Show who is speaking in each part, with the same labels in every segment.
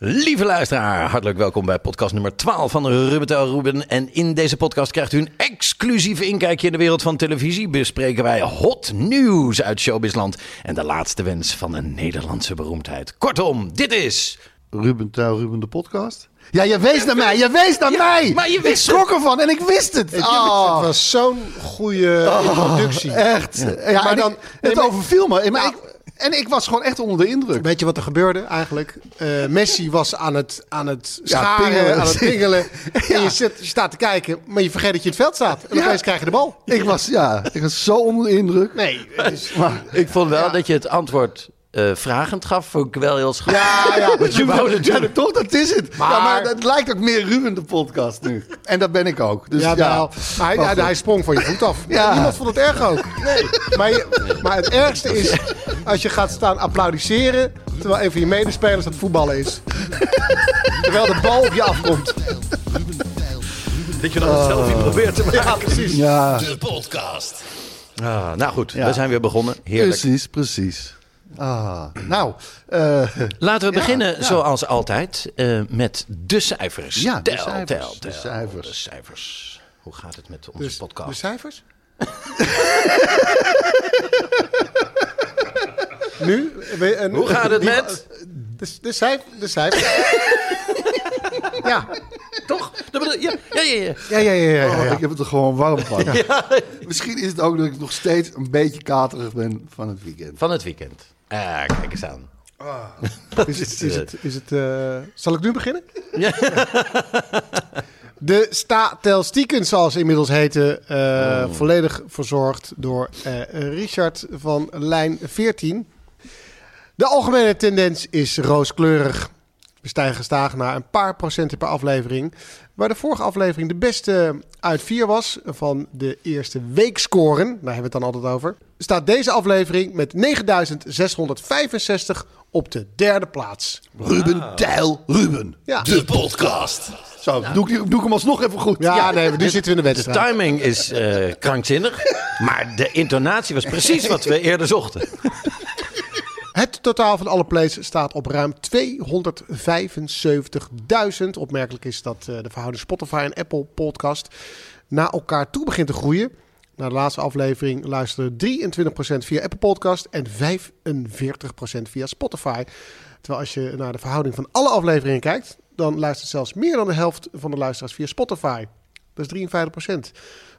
Speaker 1: Lieve luisteraar, hartelijk welkom bij podcast nummer 12 van Rubentel Ruben. En in deze podcast krijgt u een exclusief inkijkje in de wereld van televisie. Bespreken wij hot nieuws uit showbizland en de laatste wens van een Nederlandse beroemdheid. Kortom, dit is...
Speaker 2: Ruben Tuil, Ruben de podcast. Ja, je wees naar mij. Je wees naar mij.
Speaker 1: maar je
Speaker 2: ik
Speaker 1: wist
Speaker 2: schrok ervan en ik wist het.
Speaker 3: Het
Speaker 2: Oh, Eh.
Speaker 3: was zo'n goede introductie.
Speaker 2: echt. Ja,
Speaker 3: Maar
Speaker 2: en
Speaker 3: dan-
Speaker 2: ik-
Speaker 3: nee,
Speaker 2: het
Speaker 3: maar-
Speaker 2: overviel me. Maar
Speaker 3: Nou.
Speaker 2: ik- en ik was gewoon echt onder de indruk.
Speaker 3: Weet je wat er gebeurde eigenlijk? Eh, Messi was aan het, aan het
Speaker 2: Ja,
Speaker 3: scharen,
Speaker 2: pingelen.
Speaker 3: aan het pingelen. En je, zit, je staat te kijken, maar je vergeet dat je in het veld staat. En
Speaker 2: Ja.
Speaker 3: opeens krijg je de bal.
Speaker 2: Ik was, ja, ik was zo onder de indruk.
Speaker 3: Nee, het is...
Speaker 1: Ik vond wel dat je het antwoord eh, vragend gaf, vond ik wel heel schattig.
Speaker 2: Ja, ja. Want
Speaker 1: je wou natuurlijk-
Speaker 2: toch, dat is het. Maar... Ja,
Speaker 3: Maar-
Speaker 2: maar het lijkt ook meer Ruben de podcast nu. En dat ben ik ook. Dus, ja,
Speaker 3: ja, wel. Maar hij, hij,
Speaker 2: goed.
Speaker 3: hij sprong van je voet af.
Speaker 2: Ja.
Speaker 3: Niemand vond het erg ook. Maar, je- maar het ergste is als je gaat staan applaudisseren... terwijl een van je medespelers aan het voetballen is. terwijl de bal op je afkomt.
Speaker 1: Dat je dan het zelf niet probeert te maken.
Speaker 3: Ja, precies.
Speaker 2: Ja,
Speaker 1: Ah, nou goed, we zijn weer begonnen. Heerlijk.
Speaker 2: precies, precies. Ah, nou, eh,
Speaker 1: Laten we beginnen, zoals altijd, eh, met de cijfers.
Speaker 2: Ja, de
Speaker 1: Tel,
Speaker 2: cijfers.
Speaker 1: tel, tel.
Speaker 2: De cijfers.
Speaker 1: De cijfers. Hoe gaat het met onze
Speaker 3: Dus
Speaker 1: podcast?
Speaker 3: de cijfers? nu? we- een-
Speaker 1: Hoe gaat het
Speaker 3: die-
Speaker 1: met?
Speaker 3: De, de, cijf, de cijfers. ja.
Speaker 1: Toch? Dat bedoel- ja, ja, ja, ja.
Speaker 3: Ja, ja, ja. ja, ja,
Speaker 2: Oh,
Speaker 3: ja.
Speaker 2: Ik heb het er gewoon warm van. Misschien is het ook dat ik nog steeds een beetje katerig ben van het weekend.
Speaker 1: Van het weekend. Ah, kijk eens aan. Oh.
Speaker 3: Is het, is het, is het, eh, zal ik nu beginnen? De statistieken, zoals ze inmiddels heten, eh,
Speaker 1: Oh.
Speaker 3: volledig verzorgd door eh, Richard van lijn 14. De algemene tendens is rooskleurig. We stijgen gestaag naar een paar procenten per aflevering. Waar de vorige aflevering de beste uit vier was van de eerste weekscoren, daar hebben we het dan altijd over, staat deze aflevering met 9665 op de derde plaats.
Speaker 2: Ruben, Tijl, Ruben.
Speaker 3: Ja.
Speaker 2: De podcast. Zo, doe, ik, doe ik hem alsnog even goed.
Speaker 3: Ja, nee, nu zitten we in de
Speaker 1: De
Speaker 4: dus
Speaker 3: wedstrijd.
Speaker 1: timing is eh, krankzinnig, maar de intonatie was precies wat we eerder zochten.
Speaker 3: Het totaal van alle plays staat op ruim 275.000. Opmerkelijk is dat eh, de verhouding Spotify en Apple podcast naar elkaar toe begint te groeien. Na de laatste aflevering luisteren 23% via Apple Podcast en 45% via Spotify. Terwijl als je naar de verhouding van alle afleveringen kijkt, dan luistert zelfs meer dan de helft van de luisteraars via Spotify. Dat is 53%.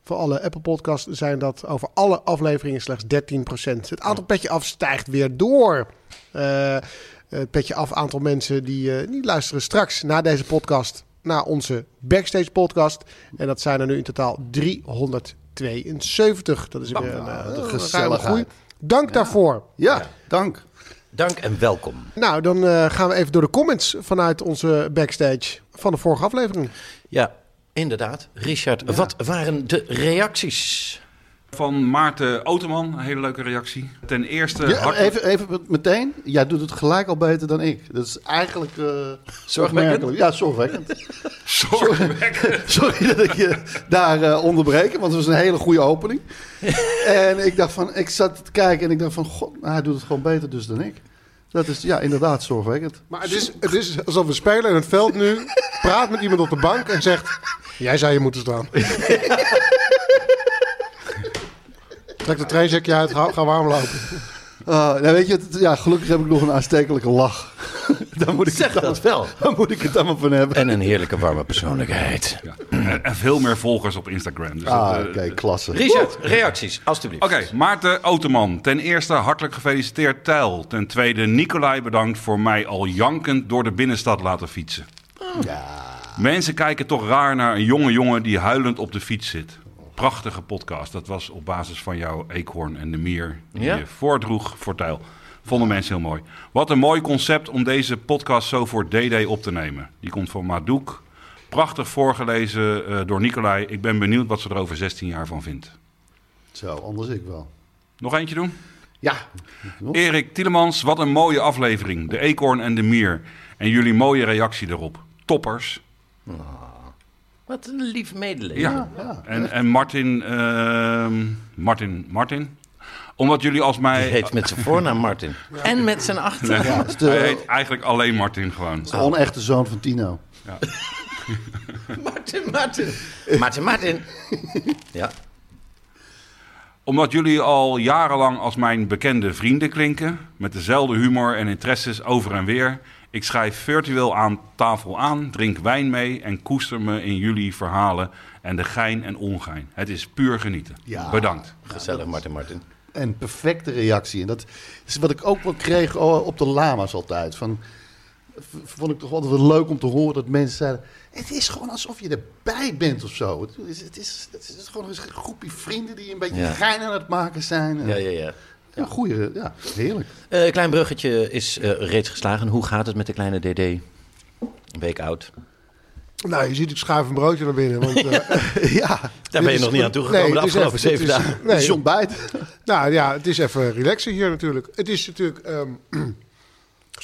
Speaker 3: Voor alle Apple Podcasts zijn dat over alle afleveringen slechts 13%. Het aantal petje af stijgt weer door. Eh, het petje af aantal mensen die eh, niet luisteren straks na deze podcast naar onze Backstage podcast. En dat zijn er nu in totaal 372. Dat is weer
Speaker 2: wat
Speaker 3: een, eh,
Speaker 2: een
Speaker 3: een ruime
Speaker 2: gezelligheid.
Speaker 3: groei. Dank daarvoor.
Speaker 2: Ja, dank.
Speaker 1: Dank en welkom.
Speaker 3: Nou, dan eh, gaan we even door de comments vanuit onze Backstage van de vorige aflevering.
Speaker 1: Ja, inderdaad. Richard, wat waren de reacties?
Speaker 5: Van Maarten Oterman, een hele leuke reactie. Ten eerste...
Speaker 2: Ja,
Speaker 5: hart-
Speaker 2: even, even meteen. Jij doet het gelijk al beter dan ik. Dat is eigenlijk eh opmerkelijk. Ja, zorgwekkend.
Speaker 5: Zorgwekkend.
Speaker 2: Sorry dat ik je daar eh onderbreek, want het was een hele goede opening. en ik dacht van, ik zat te kijken en ik dacht van, god, nou, hij doet het gewoon beter dus dan ik. Dat is, ja, inderdaad zorgwekkend.
Speaker 3: Maar het is, het is alsof een speler in het veld nu praat met iemand op de bank en zegt... Jij zou je moeten staan. Trek de trainzakje uit, ga, ga warm lopen.
Speaker 2: Ah, nou, weet je, het- ja, gelukkig heb ik nog een aanstekelijke lach. daar, moet ik het
Speaker 4: Zeg
Speaker 2: dan,
Speaker 4: dat wel.
Speaker 2: daar moet ik het allemaal van hebben.
Speaker 4: En een heerlijke warme persoonlijkheid.
Speaker 5: Ja. En, en veel meer volgers op Instagram. Dus
Speaker 2: Ah,
Speaker 5: dat,
Speaker 2: oké,
Speaker 5: eh,
Speaker 2: klasse.
Speaker 4: Richard, reacties, alstublieft.
Speaker 5: Oké, Maarten Oterman. Ten eerste hartelijk gefeliciteerd Tijl. Ten tweede Nicolai bedankt voor mij al jankend door de binnenstad laten fietsen. Mensen kijken toch raar naar een jonge jongen die huilend op de fiets zit. Prachtige podcast. Dat was op basis van jouw eekhoorn en de mier die
Speaker 4: Ja?
Speaker 5: je voordroeg voor Tijl. Vonden mensen heel mooi. Wat een mooi concept om deze podcast zo voor DD op te nemen. Die komt van Madouk. Prachtig voorgelezen eh, door Nicolai. Ik ben benieuwd wat ze er over 16 jaar van vindt.
Speaker 2: Zo, anders ik wel.
Speaker 5: Nog eentje doen?
Speaker 2: Ja.
Speaker 5: Erik Tielemans, wat een mooie aflevering. De eekhoorn en de mier. En jullie mooie reactie erop. Toppers.
Speaker 4: Wat een lief medeleven.
Speaker 5: Ja. en, en Martin, ehm, Martin, Martin. Omdat jullie als mij...
Speaker 4: Hij heet met zijn voornaam Martin. En met zijn achternaam.
Speaker 2: Ja, het is
Speaker 5: Hij
Speaker 2: de,
Speaker 5: heet eigenlijk alleen Martin gewoon.
Speaker 2: de onechte zoon van Tino.
Speaker 4: Martin, Martin. Martin, Martin. Ja.
Speaker 5: Omdat jullie al jarenlang als mijn bekende vrienden klinken. Met dezelfde humor en interesses over en weer. Ik schrijf virtueel aan tafel aan, drink wijn mee en koester me in jullie verhalen. En de gein en ongein. Het is puur genieten.
Speaker 2: Ja.
Speaker 5: Bedankt.
Speaker 4: Gezellig, Martin, Martin.
Speaker 2: Een perfecte reactie. En dat is wat ik ook wel kreeg oh, op de lama's altijd. Van, v- vond ik toch altijd wel leuk om te horen dat mensen zeiden... Het is gewoon alsof je erbij bent of zo. Het is, het is, het is gewoon een groepje vrienden die een beetje
Speaker 4: Ja.
Speaker 2: gein aan het maken zijn. En-
Speaker 4: Ja, ja, ja.
Speaker 2: Ja, goeie, ja, heerlijk.
Speaker 4: Eh, klein bruggetje is eh, reeds geslagen. Hoe gaat het met de kleine DD? Een week oud.
Speaker 3: Nou, je ziet, ik schuif een broodje naar binnen. Want, eh,
Speaker 2: ja,
Speaker 4: Daar ben je nog niet aan toegekomen
Speaker 3: nee,
Speaker 4: de
Speaker 3: het is
Speaker 4: afgelopen
Speaker 3: even-
Speaker 4: zeven
Speaker 3: het is-
Speaker 4: dagen.
Speaker 3: nee,
Speaker 2: John Bijt.
Speaker 3: Nou ja, het is even relaxen hier natuurlijk. Het is natuurlijk. ehm,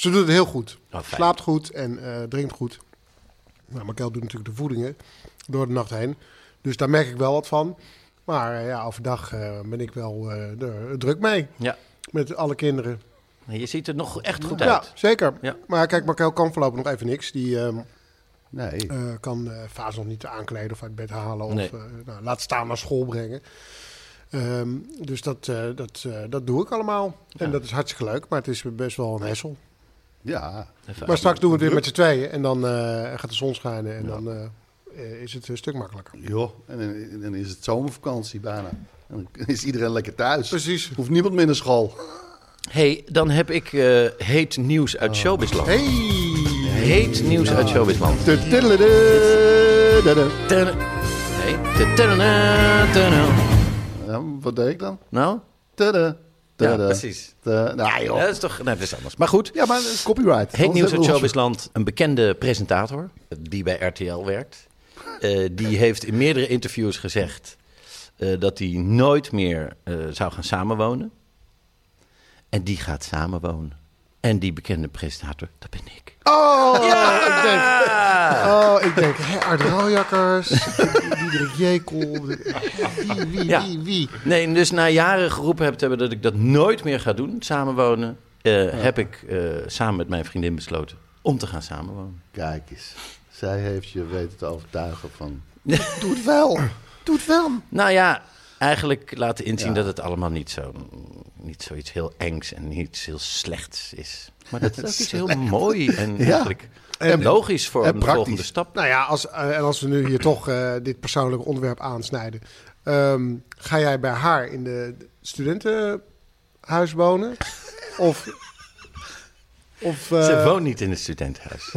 Speaker 3: ze doet het heel goed.
Speaker 4: Oh, fijn.
Speaker 3: Slaapt goed en eh, drinkt goed. Nou, Markel doet natuurlijk de voedingen door de nacht heen. Dus daar merk ik wel wat van. Maar eh, ja, overdag eh, ben ik wel eh, er druk mee.
Speaker 4: Ja.
Speaker 3: Met alle kinderen.
Speaker 4: Je ziet er nog echt goed
Speaker 3: Ja,
Speaker 4: uit.
Speaker 3: zeker.
Speaker 4: Ja.
Speaker 3: Maar kijk, Markel kan voorlopig nog even niks. Die ehm,
Speaker 2: Nee.
Speaker 3: eh, kan eh Faas nog niet aankleden of uit bed halen. Of
Speaker 4: Nee.
Speaker 3: eh, nou, laat staan naar school brengen. Ehm, dus dat, eh, dat, eh, dat doe ik allemaal. En dat is hartstikke leuk, maar het is best wel een hessel.
Speaker 2: Ja.
Speaker 3: Maar straks doen we het weer met z'n tweeën. En dan eh, gaat de zon schijnen en dan eh, eh, is het een stuk makkelijker.
Speaker 2: Joh, en dan- dan is het zomervakantie bijna. En dan is iedereen lekker thuis.
Speaker 3: Precies.
Speaker 2: Hoeft niemand meer naar school.
Speaker 4: hey, dan heb ik eh, heet nieuws uit Showbizland.
Speaker 3: Oh. Hey!
Speaker 4: Heet nieuws uit Showbizland.
Speaker 2: Tudelede.
Speaker 4: Ten... Nee. Te- tadana, tadana.
Speaker 2: Ja, wat deed ik dan?
Speaker 4: Nou,
Speaker 2: Tudu, tudu,
Speaker 4: Ja, precies.
Speaker 2: tudu. Nou joh.
Speaker 4: dat is toch... Nee, dat is anders. Maar goed.
Speaker 2: Ja, maar dat is
Speaker 4: Heet
Speaker 2: copyright. Anders
Speaker 4: Nieuws uit
Speaker 2: hebben we-
Speaker 4: Showbizland, een bekende presentator die bij RTL werkt. Eh, die heeft in meerdere interviews gezegd eh, dat hij nooit meer eh, zou gaan samenwonen. En die gaat samenwonen. En die bekende presentator, dat ben ik.
Speaker 3: Oh, ik denk, oh, ik denk hè, Art Rauwjakkers, Diederik Jekel, wie, wie,
Speaker 4: Ja.
Speaker 3: wie, wie.
Speaker 4: Nee, dus na jaren geroepen heb te hebben dat ik dat nooit meer ga doen, samenwonen, eh, heb ik eh, samen met mijn vriendin besloten om te gaan samenwonen.
Speaker 2: Kijk eens. Zij heeft je weten te overtuigen van... Doe het wel. Doe het wel.
Speaker 4: Nou ja, eigenlijk laten inzien
Speaker 2: Ja.
Speaker 4: dat het allemaal niet, zo, niet zoiets heel engs en niet heel slechts is. Maar dat is ook iets heel mooi en eigenlijk
Speaker 2: En-
Speaker 4: logisch voor
Speaker 2: en
Speaker 4: de
Speaker 2: praktisch.
Speaker 4: volgende stap.
Speaker 3: Nou ja, als, eh, en als we nu hier toch eh, dit persoonlijke onderwerp aansnijden. ehm, ga jij bij haar in de studentenhuis wonen? Of... of eh,
Speaker 4: Ze woont niet in het studentenhuis.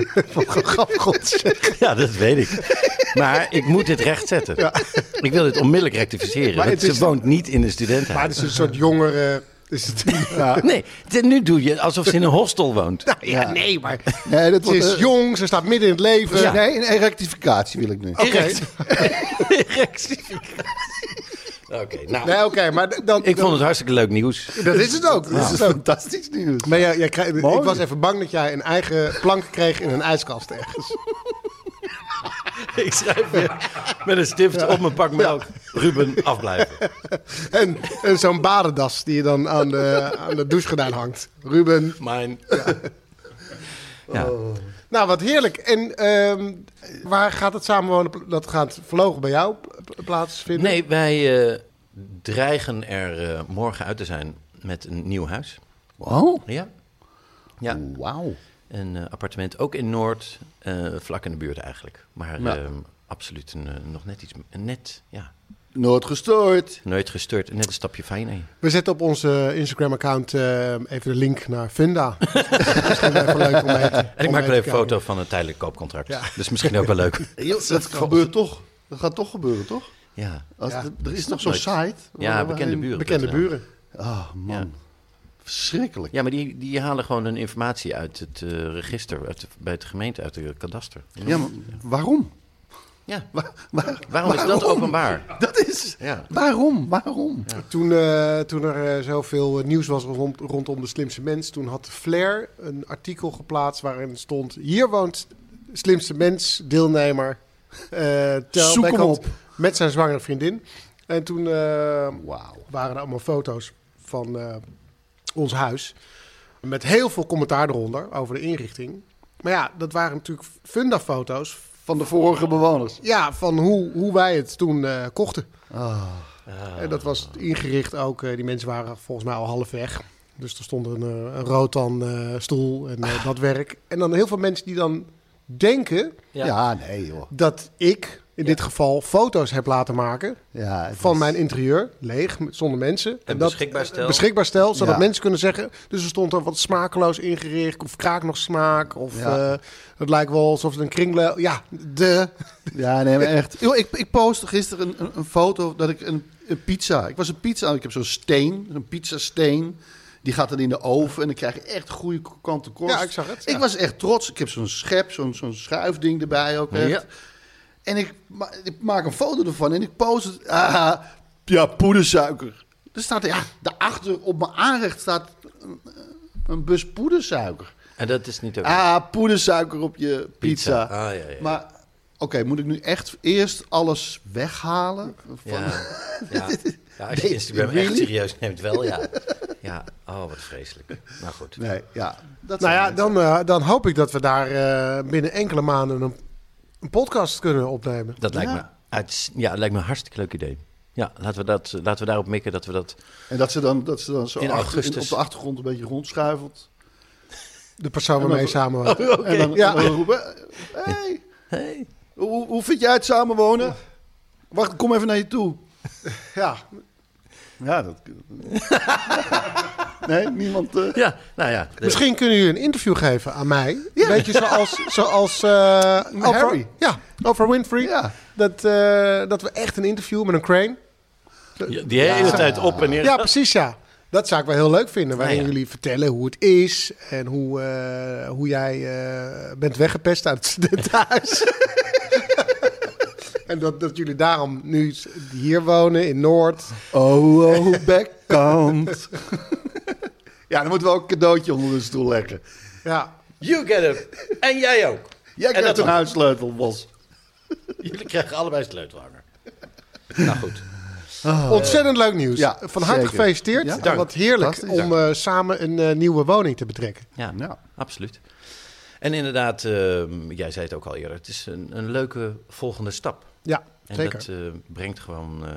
Speaker 3: grap, God.
Speaker 4: ja, dat weet ik. Maar ik moet dit rechtzetten. Ik wil dit onmiddellijk rectificeren.
Speaker 3: Maar
Speaker 4: want
Speaker 3: het is-
Speaker 4: Ze woont niet in het
Speaker 3: Maar
Speaker 4: studentenhuis.
Speaker 3: het is een soort jongere... Is het, ja.
Speaker 4: Nee, dit- nu doe je alsof ze in een hostel woont.
Speaker 3: Nou Ja, nee, maar
Speaker 2: Nee, dat
Speaker 3: ze
Speaker 2: wordt,
Speaker 3: is
Speaker 2: eh,
Speaker 3: jong, ze staat midden in het leven.
Speaker 4: Ja.
Speaker 3: Nee,
Speaker 2: Nee, een rectificatie wil ik nu.
Speaker 3: Oké.
Speaker 4: Rectificatie. Oké, nou.
Speaker 3: Nee, oké, maar d- dan,
Speaker 4: Ik vond het hartstikke leuk nieuws.
Speaker 3: dat is het ook. Dat is het ook.
Speaker 2: Fantastisch nieuws.
Speaker 3: Maar jij, jij krijgt-
Speaker 2: Mooi.
Speaker 3: ik was even bang dat jij een eigen plank kreeg in een ijskast ergens.
Speaker 4: Ik schrijf weer met een stift op mijn pak melk. Ruben, afblijven.
Speaker 3: En, en zo'n badendas die je dan aan de, aan de douche gedaan hangt. Ruben.
Speaker 4: Mijn. Oh. Ja.
Speaker 3: Nou, wat heerlijk. En ehm, waar gaat het samenwonen? pla- Dat gaat verlogen bij jou p- plaatsvinden?
Speaker 4: Nee, wij eh, dreigen er eh, morgen uit te zijn met een nieuw huis.
Speaker 2: Wow.
Speaker 4: Ja. Ja,
Speaker 2: Wauw.
Speaker 4: een eh, appartement ook in Noord, eh, vlak in de buurt eigenlijk. Maar
Speaker 2: Ja.
Speaker 4: ehm, absoluut een, eh, nog net iets, een net, ja,
Speaker 2: Nooit gestoord.
Speaker 4: nooit gestuurd. Net een stapje fijner.
Speaker 3: We zetten op onze Instagram-account eh, even de link naar Funda. Dat is misschien even leuk om mee te-
Speaker 4: En ik maak
Speaker 3: om
Speaker 4: er even
Speaker 3: mee te
Speaker 4: een
Speaker 3: kijken.
Speaker 4: foto van een tijdelijk koopcontract. Dus misschien ook wel leuk.
Speaker 2: Dat gebeurt toch. Dat gaat toch gebeuren, toch?
Speaker 4: Ja,
Speaker 2: Als-
Speaker 3: Ja.
Speaker 2: Er is nog zo'n
Speaker 4: nooit.
Speaker 2: site.
Speaker 4: ja
Speaker 2: waar-
Speaker 4: bekende
Speaker 2: waarin-
Speaker 4: buren.
Speaker 3: Bekende
Speaker 4: Ja.
Speaker 3: buren.
Speaker 2: Ah, man. Verschrikkelijk.
Speaker 4: Ja, maar die, die halen gewoon hun informatie uit het eh, register, uit de- bij het gemeente, uit de kadaster.
Speaker 2: Ja, maar waarom?
Speaker 4: Ja,
Speaker 2: Wa- waar-
Speaker 4: waarom is dat openbaar?
Speaker 2: Dat is...
Speaker 4: Ja.
Speaker 2: Waarom? Waarom?
Speaker 3: Toen, eh, toen er eh, zoveel eh, nieuws was rond- rondom de slimste mens, toen had Flair een artikel geplaatst waarin stond: Hier woont slimste mens, deelnemer. eh Tel
Speaker 2: Zoek hem
Speaker 3: Beckham
Speaker 2: op.
Speaker 3: Met zijn zwangere vriendin. En toen eh,
Speaker 2: Wauw.
Speaker 3: waren er allemaal foto's van eh, ons huis. Met heel veel commentaar eronder over de inrichting. Maar ja, dat waren natuurlijk funda-foto's.
Speaker 2: Van de vorige bewoners.
Speaker 3: Ja, van hoe, hoe wij het toen eh, kochten.
Speaker 2: Ah.
Speaker 3: En dat was ingericht ook. eh, die mensen waren volgens mij al half weg. Dus er stond een, eh, een rotan eh, stoel en eh, dat werk. En dan heel veel mensen die dan denken
Speaker 2: Ja. nee joh.
Speaker 3: dat ik in dit geval foto's heb laten maken
Speaker 2: Ja, het
Speaker 3: van
Speaker 2: is-
Speaker 3: mijn interieur, leeg, met- zonder mensen. En,
Speaker 4: beschikbaar stel.
Speaker 3: eh, Beschikbaar stel, zodat
Speaker 2: Ja.
Speaker 3: mensen kunnen zeggen... dus er stond er wat smakeloos ingericht, of kraak nog smaak... of
Speaker 2: Ja.
Speaker 3: eh, het lijkt wel alsof het een kringloop... Ja, de...
Speaker 2: Ja, nee, maar echt. Yo, ik, ik postte gisteren een, een, een foto dat ik een, een pizza... Ik was een pizza... Ik heb zo'n steen, een pizzasteen. Die gaat dan in de oven en dan krijg je echt goede kante korst.
Speaker 3: Ja, ik zag het,
Speaker 2: Ik
Speaker 3: ja.
Speaker 2: was echt trots. Ik heb zo'n schep, zo'n zo'n schuifding erbij ook echt.
Speaker 4: Ja.
Speaker 2: En ik, ma- ik maak een foto ervan en ik post het. Ah, ja, poedersuiker. Er staat, ja, daarachter op mijn aanrecht staat een, een bus poedersuiker.
Speaker 4: En dat is niet ook.
Speaker 2: Ah, poedersuiker op je
Speaker 4: Pizza.
Speaker 2: pizza.
Speaker 4: Ah, ja, ja, ja.
Speaker 2: Maar oké, moet ik nu echt eerst alles weghalen? Van-
Speaker 4: Ja. Ja. Ja, als je
Speaker 2: Nee,
Speaker 4: Instagram echt
Speaker 2: really?
Speaker 4: serieus neemt, wel ja. Ja, oh wat vreselijk. Nou goed.
Speaker 2: Nee, ja. Dat
Speaker 3: Nou
Speaker 2: zijn
Speaker 3: ja,
Speaker 2: mensen.
Speaker 3: dan, eh, dan hoop ik dat we daar eh, binnen enkele maanden een, een podcast kunnen opnemen.
Speaker 4: Dat lijkt, me uits- ja, dat lijkt me een hartstikke leuk idee. Ja, laten we, dat, laten we daarop mikken dat we dat...
Speaker 2: En dat ze dan, dat ze dan zo
Speaker 4: In
Speaker 2: achter-
Speaker 4: augustus.
Speaker 2: op de achtergrond een beetje rondschuivelt.
Speaker 3: De persoon waarmee je samen woont.
Speaker 2: En dan,
Speaker 3: Ja.
Speaker 2: en dan roepen, hey,
Speaker 4: Hey.
Speaker 2: hoe, hoe vind jij het samenwonen? Wacht, kom even naar je toe.
Speaker 3: Ja,
Speaker 2: Ja, dat... nee, niemand... eh,
Speaker 4: Ja, nou ja. de-
Speaker 3: misschien kunnen jullie een interview geven aan mij. Weet je, zoals, zoals eh, Oprah,
Speaker 2: Harry.
Speaker 3: ja, Oprah Winfrey.
Speaker 2: Ja.
Speaker 3: Dat, eh, dat we echt een interview met een crane.
Speaker 4: Ja, die hele tijd op en neer.
Speaker 3: Ja, precies ja. Dat zou ik wel heel leuk vinden. Waarin
Speaker 4: Ja, ja.
Speaker 3: jullie vertellen hoe het is en hoe, eh, hoe jij eh, bent weggepest uit het studentenhuis. en dat, dat jullie daarom nu hier wonen in Noord.
Speaker 2: Oh, oh, backkant. ja, dan moeten we ook een cadeautje onder de stoel leggen.
Speaker 3: Ja.
Speaker 4: You get it. En jij ook.
Speaker 2: Jij
Speaker 4: dat
Speaker 2: krijgt een
Speaker 4: mag.
Speaker 2: huissleutel, Bos.
Speaker 4: Jullie krijgen allebei sleutelhanger. Nou goed.
Speaker 3: Ontzettend leuk nieuws.
Speaker 2: Oh. ja,
Speaker 3: Van harte
Speaker 2: zeker.
Speaker 3: gefeliciteerd.
Speaker 2: Ja,
Speaker 3: En
Speaker 2: dank.
Speaker 3: wat heerlijk
Speaker 2: Fantastisch.
Speaker 3: om eh, samen een eh, nieuwe woning te betrekken.
Speaker 4: Ja,
Speaker 2: Ja.
Speaker 4: absoluut. En inderdaad, ehm, jij zei het ook al eerder, het is een, een leuke volgende stap.
Speaker 3: Ja,
Speaker 4: En
Speaker 3: zeker.
Speaker 4: dat eh, brengt gewoon eh,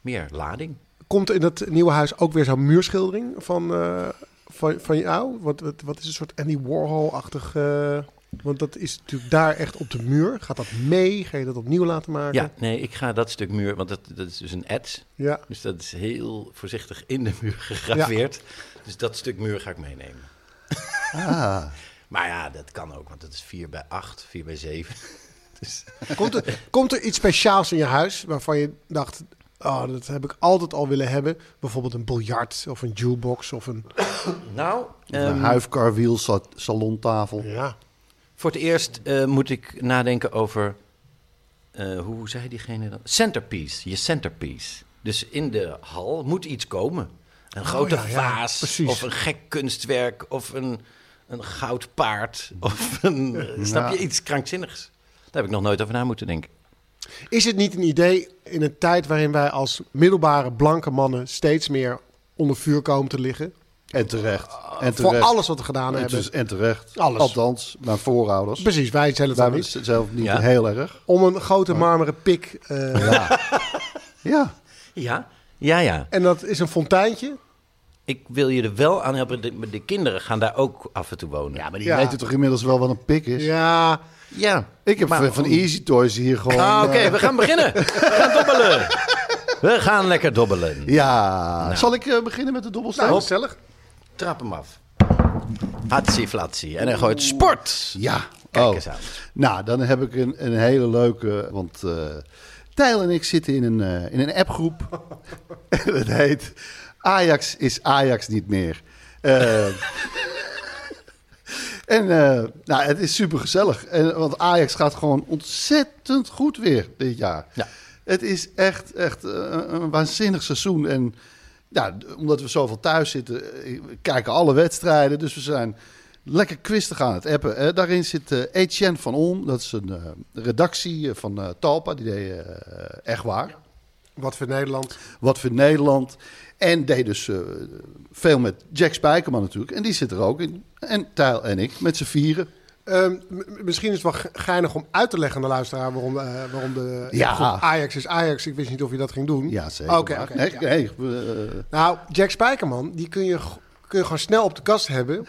Speaker 4: meer lading.
Speaker 3: Komt in dat nieuwe huis ook weer zo'n muurschildering van, eh, van, van jou? Wat, wat, wat is een soort Andy Warhol-achtig... eh, want dat is natuurlijk daar echt op de muur. Gaat dat mee? Ga je dat opnieuw laten maken?
Speaker 4: Ja, nee, ik ga dat stuk muur, want dat, dat is dus een ad.
Speaker 3: Ja.
Speaker 4: Dus dat is heel voorzichtig in de muur gegraveerd. Dus dat stuk muur ga ik meenemen. maar ja, dat kan ook, want dat is 4 bij 8, 4 bij 7. Dus,
Speaker 3: Komt, er, komt er iets speciaals in je huis waarvan je dacht... Oh, dat heb ik altijd al willen hebben. Bijvoorbeeld een biljart of een jukebox of een...
Speaker 4: nou,
Speaker 2: Een
Speaker 4: ehm,
Speaker 2: huifkar, wiel, sa- salontafel.
Speaker 3: Ja.
Speaker 4: Voor het eerst eh, moet ik nadenken over. eh, hoe zei diegene dat? Centerpiece, je centerpiece.
Speaker 1: Dus in de hal moet iets komen. Een grote
Speaker 3: Oh ja, ja,
Speaker 1: vaas
Speaker 3: precies.
Speaker 1: of een gek kunstwerk of een, een goud paard. Of een, eh, snap je, iets krankzinnigs. Daar heb ik nog nooit over na moeten denken.
Speaker 3: Is het niet een idee in een tijd waarin wij als middelbare blanke mannen steeds meer onder vuur komen te liggen?
Speaker 2: En terecht. En terecht.
Speaker 3: Voor alles wat we gedaan
Speaker 2: En,
Speaker 3: hebben.
Speaker 2: dus, en terecht.
Speaker 3: Alles.
Speaker 2: Althans, mijn voorouders.
Speaker 3: Precies, wij zijn het dan
Speaker 2: Daar
Speaker 3: niet.
Speaker 2: is het zelf niet
Speaker 1: Ja.
Speaker 2: heel erg.
Speaker 3: Om een
Speaker 2: Oh.
Speaker 3: grote marmeren pik. eh,
Speaker 2: Ja.
Speaker 1: Ja, ja, ja.
Speaker 3: En dat is een fonteintje.
Speaker 1: Ik wil je er wel aan helpen. De, de kinderen gaan daar ook af en toe wonen. Ja, maar
Speaker 2: Je weet het toch inmiddels wel wat een pik is?
Speaker 3: Ja,
Speaker 1: Ja.
Speaker 2: Ik heb
Speaker 1: Maar-
Speaker 2: van Easy Toys hier gewoon...
Speaker 1: Ah, oké,
Speaker 2: eh,
Speaker 1: we gaan beginnen. We gaan dobbelen. We gaan lekker dobbelen.
Speaker 2: ja. Zal ik eh, beginnen met de dobbelsteen?
Speaker 1: Nou,
Speaker 3: gezellig.
Speaker 1: Trap hem af. Hatsi flatsi. En hij gooit sport.
Speaker 2: Ja.
Speaker 1: Kijk
Speaker 2: Oh.
Speaker 1: eens aan.
Speaker 2: Nou, dan heb ik een, een hele leuke. Want eh Tijl en ik zitten in een, eh, in een appgroep. En het heet Ajax is Ajax niet meer. Eh, en eh, nou, het is super gezellig. Want Ajax gaat gewoon ontzettend goed weer dit jaar.
Speaker 1: Ja.
Speaker 2: Het is echt, echt eh, een, een waanzinnig seizoen. En ja, d- omdat we zoveel thuis zitten, eh, we kijken alle wedstrijden. Dus we zijn lekker kwistig aan het appen. Eh, daarin zit eh, Etienne van Olm. Dat is een eh, redactie eh, van eh, Talpa. Die deed eh, echt waar.
Speaker 3: Wat voor Nederland.
Speaker 2: Wat voor Nederland. En deed dus eh, veel met Jack Spijkerman natuurlijk. En die zit er ook in. En Tijl en ik, met z'n vieren.
Speaker 3: Ehm, m- misschien is het wel ge- geinig om uit te leggen aan de luisteraar waarom, eh, waarom de
Speaker 2: Ja.
Speaker 3: goed, Ajax is Ajax. Ik wist niet of je dat ging doen.
Speaker 2: Ja, zeker.
Speaker 3: Hm? Oké,
Speaker 2: maar-
Speaker 3: oké,
Speaker 2: nee,
Speaker 3: ja.
Speaker 2: nee, we-
Speaker 3: Nou, Jack Spijkerman, die kun je, g- kun je gewoon snel op de kast hebben.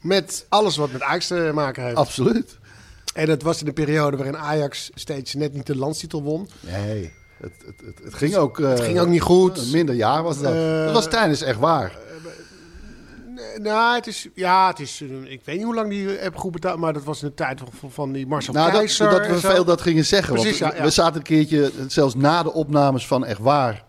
Speaker 3: Met alles wat met Ajax te maken heeft.
Speaker 2: absoluut.
Speaker 3: En dat was in de periode waarin Ajax steeds net niet de landstitel won.
Speaker 2: Nee, het, het, het, het ging ook... eh,
Speaker 3: ging ook niet goed.
Speaker 2: Een minder jaar was dat.
Speaker 3: Eh,
Speaker 2: dat was tijdens echt waar.
Speaker 3: Eh, Nou, het is, ja, het is, eh, ik weet niet hoe lang die appgroep betaald, maar dat was in de tijd van- van, van die Marcel
Speaker 2: Nou, dat,
Speaker 3: Keizer.
Speaker 2: dat we
Speaker 3: en zo.
Speaker 2: veel dat gingen zeggen.
Speaker 3: Precies,
Speaker 2: want
Speaker 3: ja, ja.
Speaker 2: We zaten een keertje, zelfs na de opnames van Echt Waar.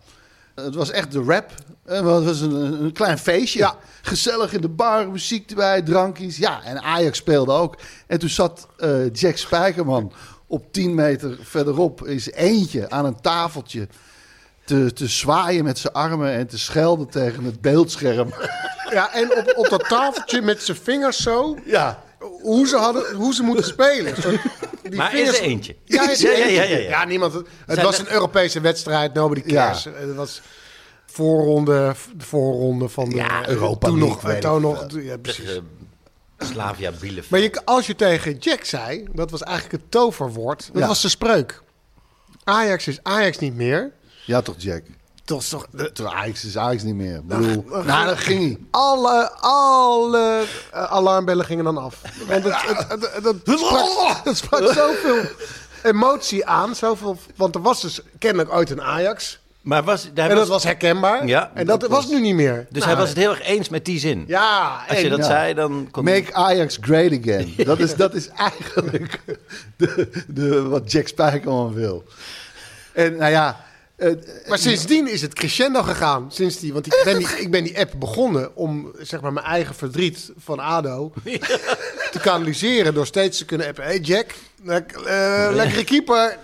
Speaker 2: Het was echt de rap. Eh, want Het was een, een klein feestje.
Speaker 3: Ja.
Speaker 2: Gezellig in de bar, muziek erbij, drankjes. Ja, en Ajax speelde ook. En toen zat eh, Jack Spijkerman op 10 meter verderop in zijn eentje aan een tafeltje. Te, te zwaaien met zijn armen en te schelden tegen het beeldscherm.
Speaker 3: Ja, en op, op dat tafeltje met zijn vingers zo,
Speaker 2: Ja,
Speaker 3: hoe ze, hadden, hoe ze moeten spelen. Zo, die
Speaker 1: Maar is er eentje?
Speaker 3: Ja, is er
Speaker 1: Ja, ja,
Speaker 3: eentje.
Speaker 1: ja, ja, ja.
Speaker 3: niemand, het
Speaker 1: Zijn
Speaker 3: was
Speaker 1: er-
Speaker 3: een Europese wedstrijd, nobody cares.
Speaker 2: Ja.
Speaker 3: Het was voorronde, de voorronde van de...
Speaker 2: Ja, Europa
Speaker 3: toen
Speaker 2: League,
Speaker 3: nog,
Speaker 2: weet
Speaker 3: toen
Speaker 2: ik
Speaker 3: nog,
Speaker 2: veel.
Speaker 3: toen- ja, precies.
Speaker 1: Tegen Slavia Bielefeld.
Speaker 3: Maar je, als je tegen Jack zei, dat was eigenlijk het toverwoord, dat
Speaker 2: Ja.
Speaker 3: was de spreuk. Ajax is Ajax niet meer.
Speaker 2: ja toch Jack?
Speaker 3: Dat is toch... de-
Speaker 2: Toen Ajax is Ajax niet meer. Ik bedoel, nou, dat ging hij.
Speaker 3: Alle, alle eh, alarmbellen gingen dan af. En dat, het- het- het- dat, sprak, dat sprak zoveel emotie aan. Zoveel, want er was dus kennelijk ooit een Ajax.
Speaker 1: Maar was, daar
Speaker 3: En dat was herkenbaar.
Speaker 1: Ja,
Speaker 3: en dat, was nu niet meer.
Speaker 1: Dus
Speaker 3: Nou,
Speaker 1: hij was het heel erg eens met die zin.
Speaker 3: Ja,
Speaker 1: Als je
Speaker 3: en-
Speaker 1: dat
Speaker 2: ja.
Speaker 1: zei, dan kon
Speaker 2: Make Ajax great again. Dat is, dat is eigenlijk de, de, wat Jack Spijkerman wil. En nou ja, eh,
Speaker 3: Maar sindsdien is het crescendo gegaan. Sinds die, want ik ben die, ik ben die app begonnen om zeg maar, mijn eigen verdriet van ADO te kanaliseren. Door steeds te kunnen appen. Hey Jack, lek- eh, lekkere keeper.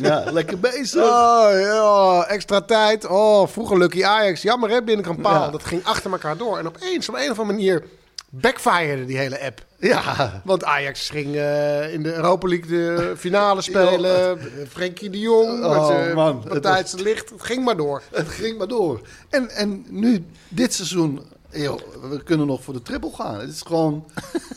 Speaker 2: ja, lekker bezig.
Speaker 3: Oh, ja, extra tijd. Oh, vroeger Lucky Ajax. Jammer hè, binnenkant paal.
Speaker 2: Ja.
Speaker 3: Dat ging achter elkaar door. En opeens, op een of andere manier, backfirede die hele app.
Speaker 2: Ja,
Speaker 3: Want Ajax ging eh, in de Europa League de finale spelen. Frenkie de Jong,
Speaker 2: Oh,
Speaker 3: met eh,
Speaker 2: man.
Speaker 3: Matthijs de Licht. Het ging maar door.
Speaker 2: het ging maar door. En, en nu, dit seizoen, joh, we kunnen nog voor de triple gaan. Het is gewoon,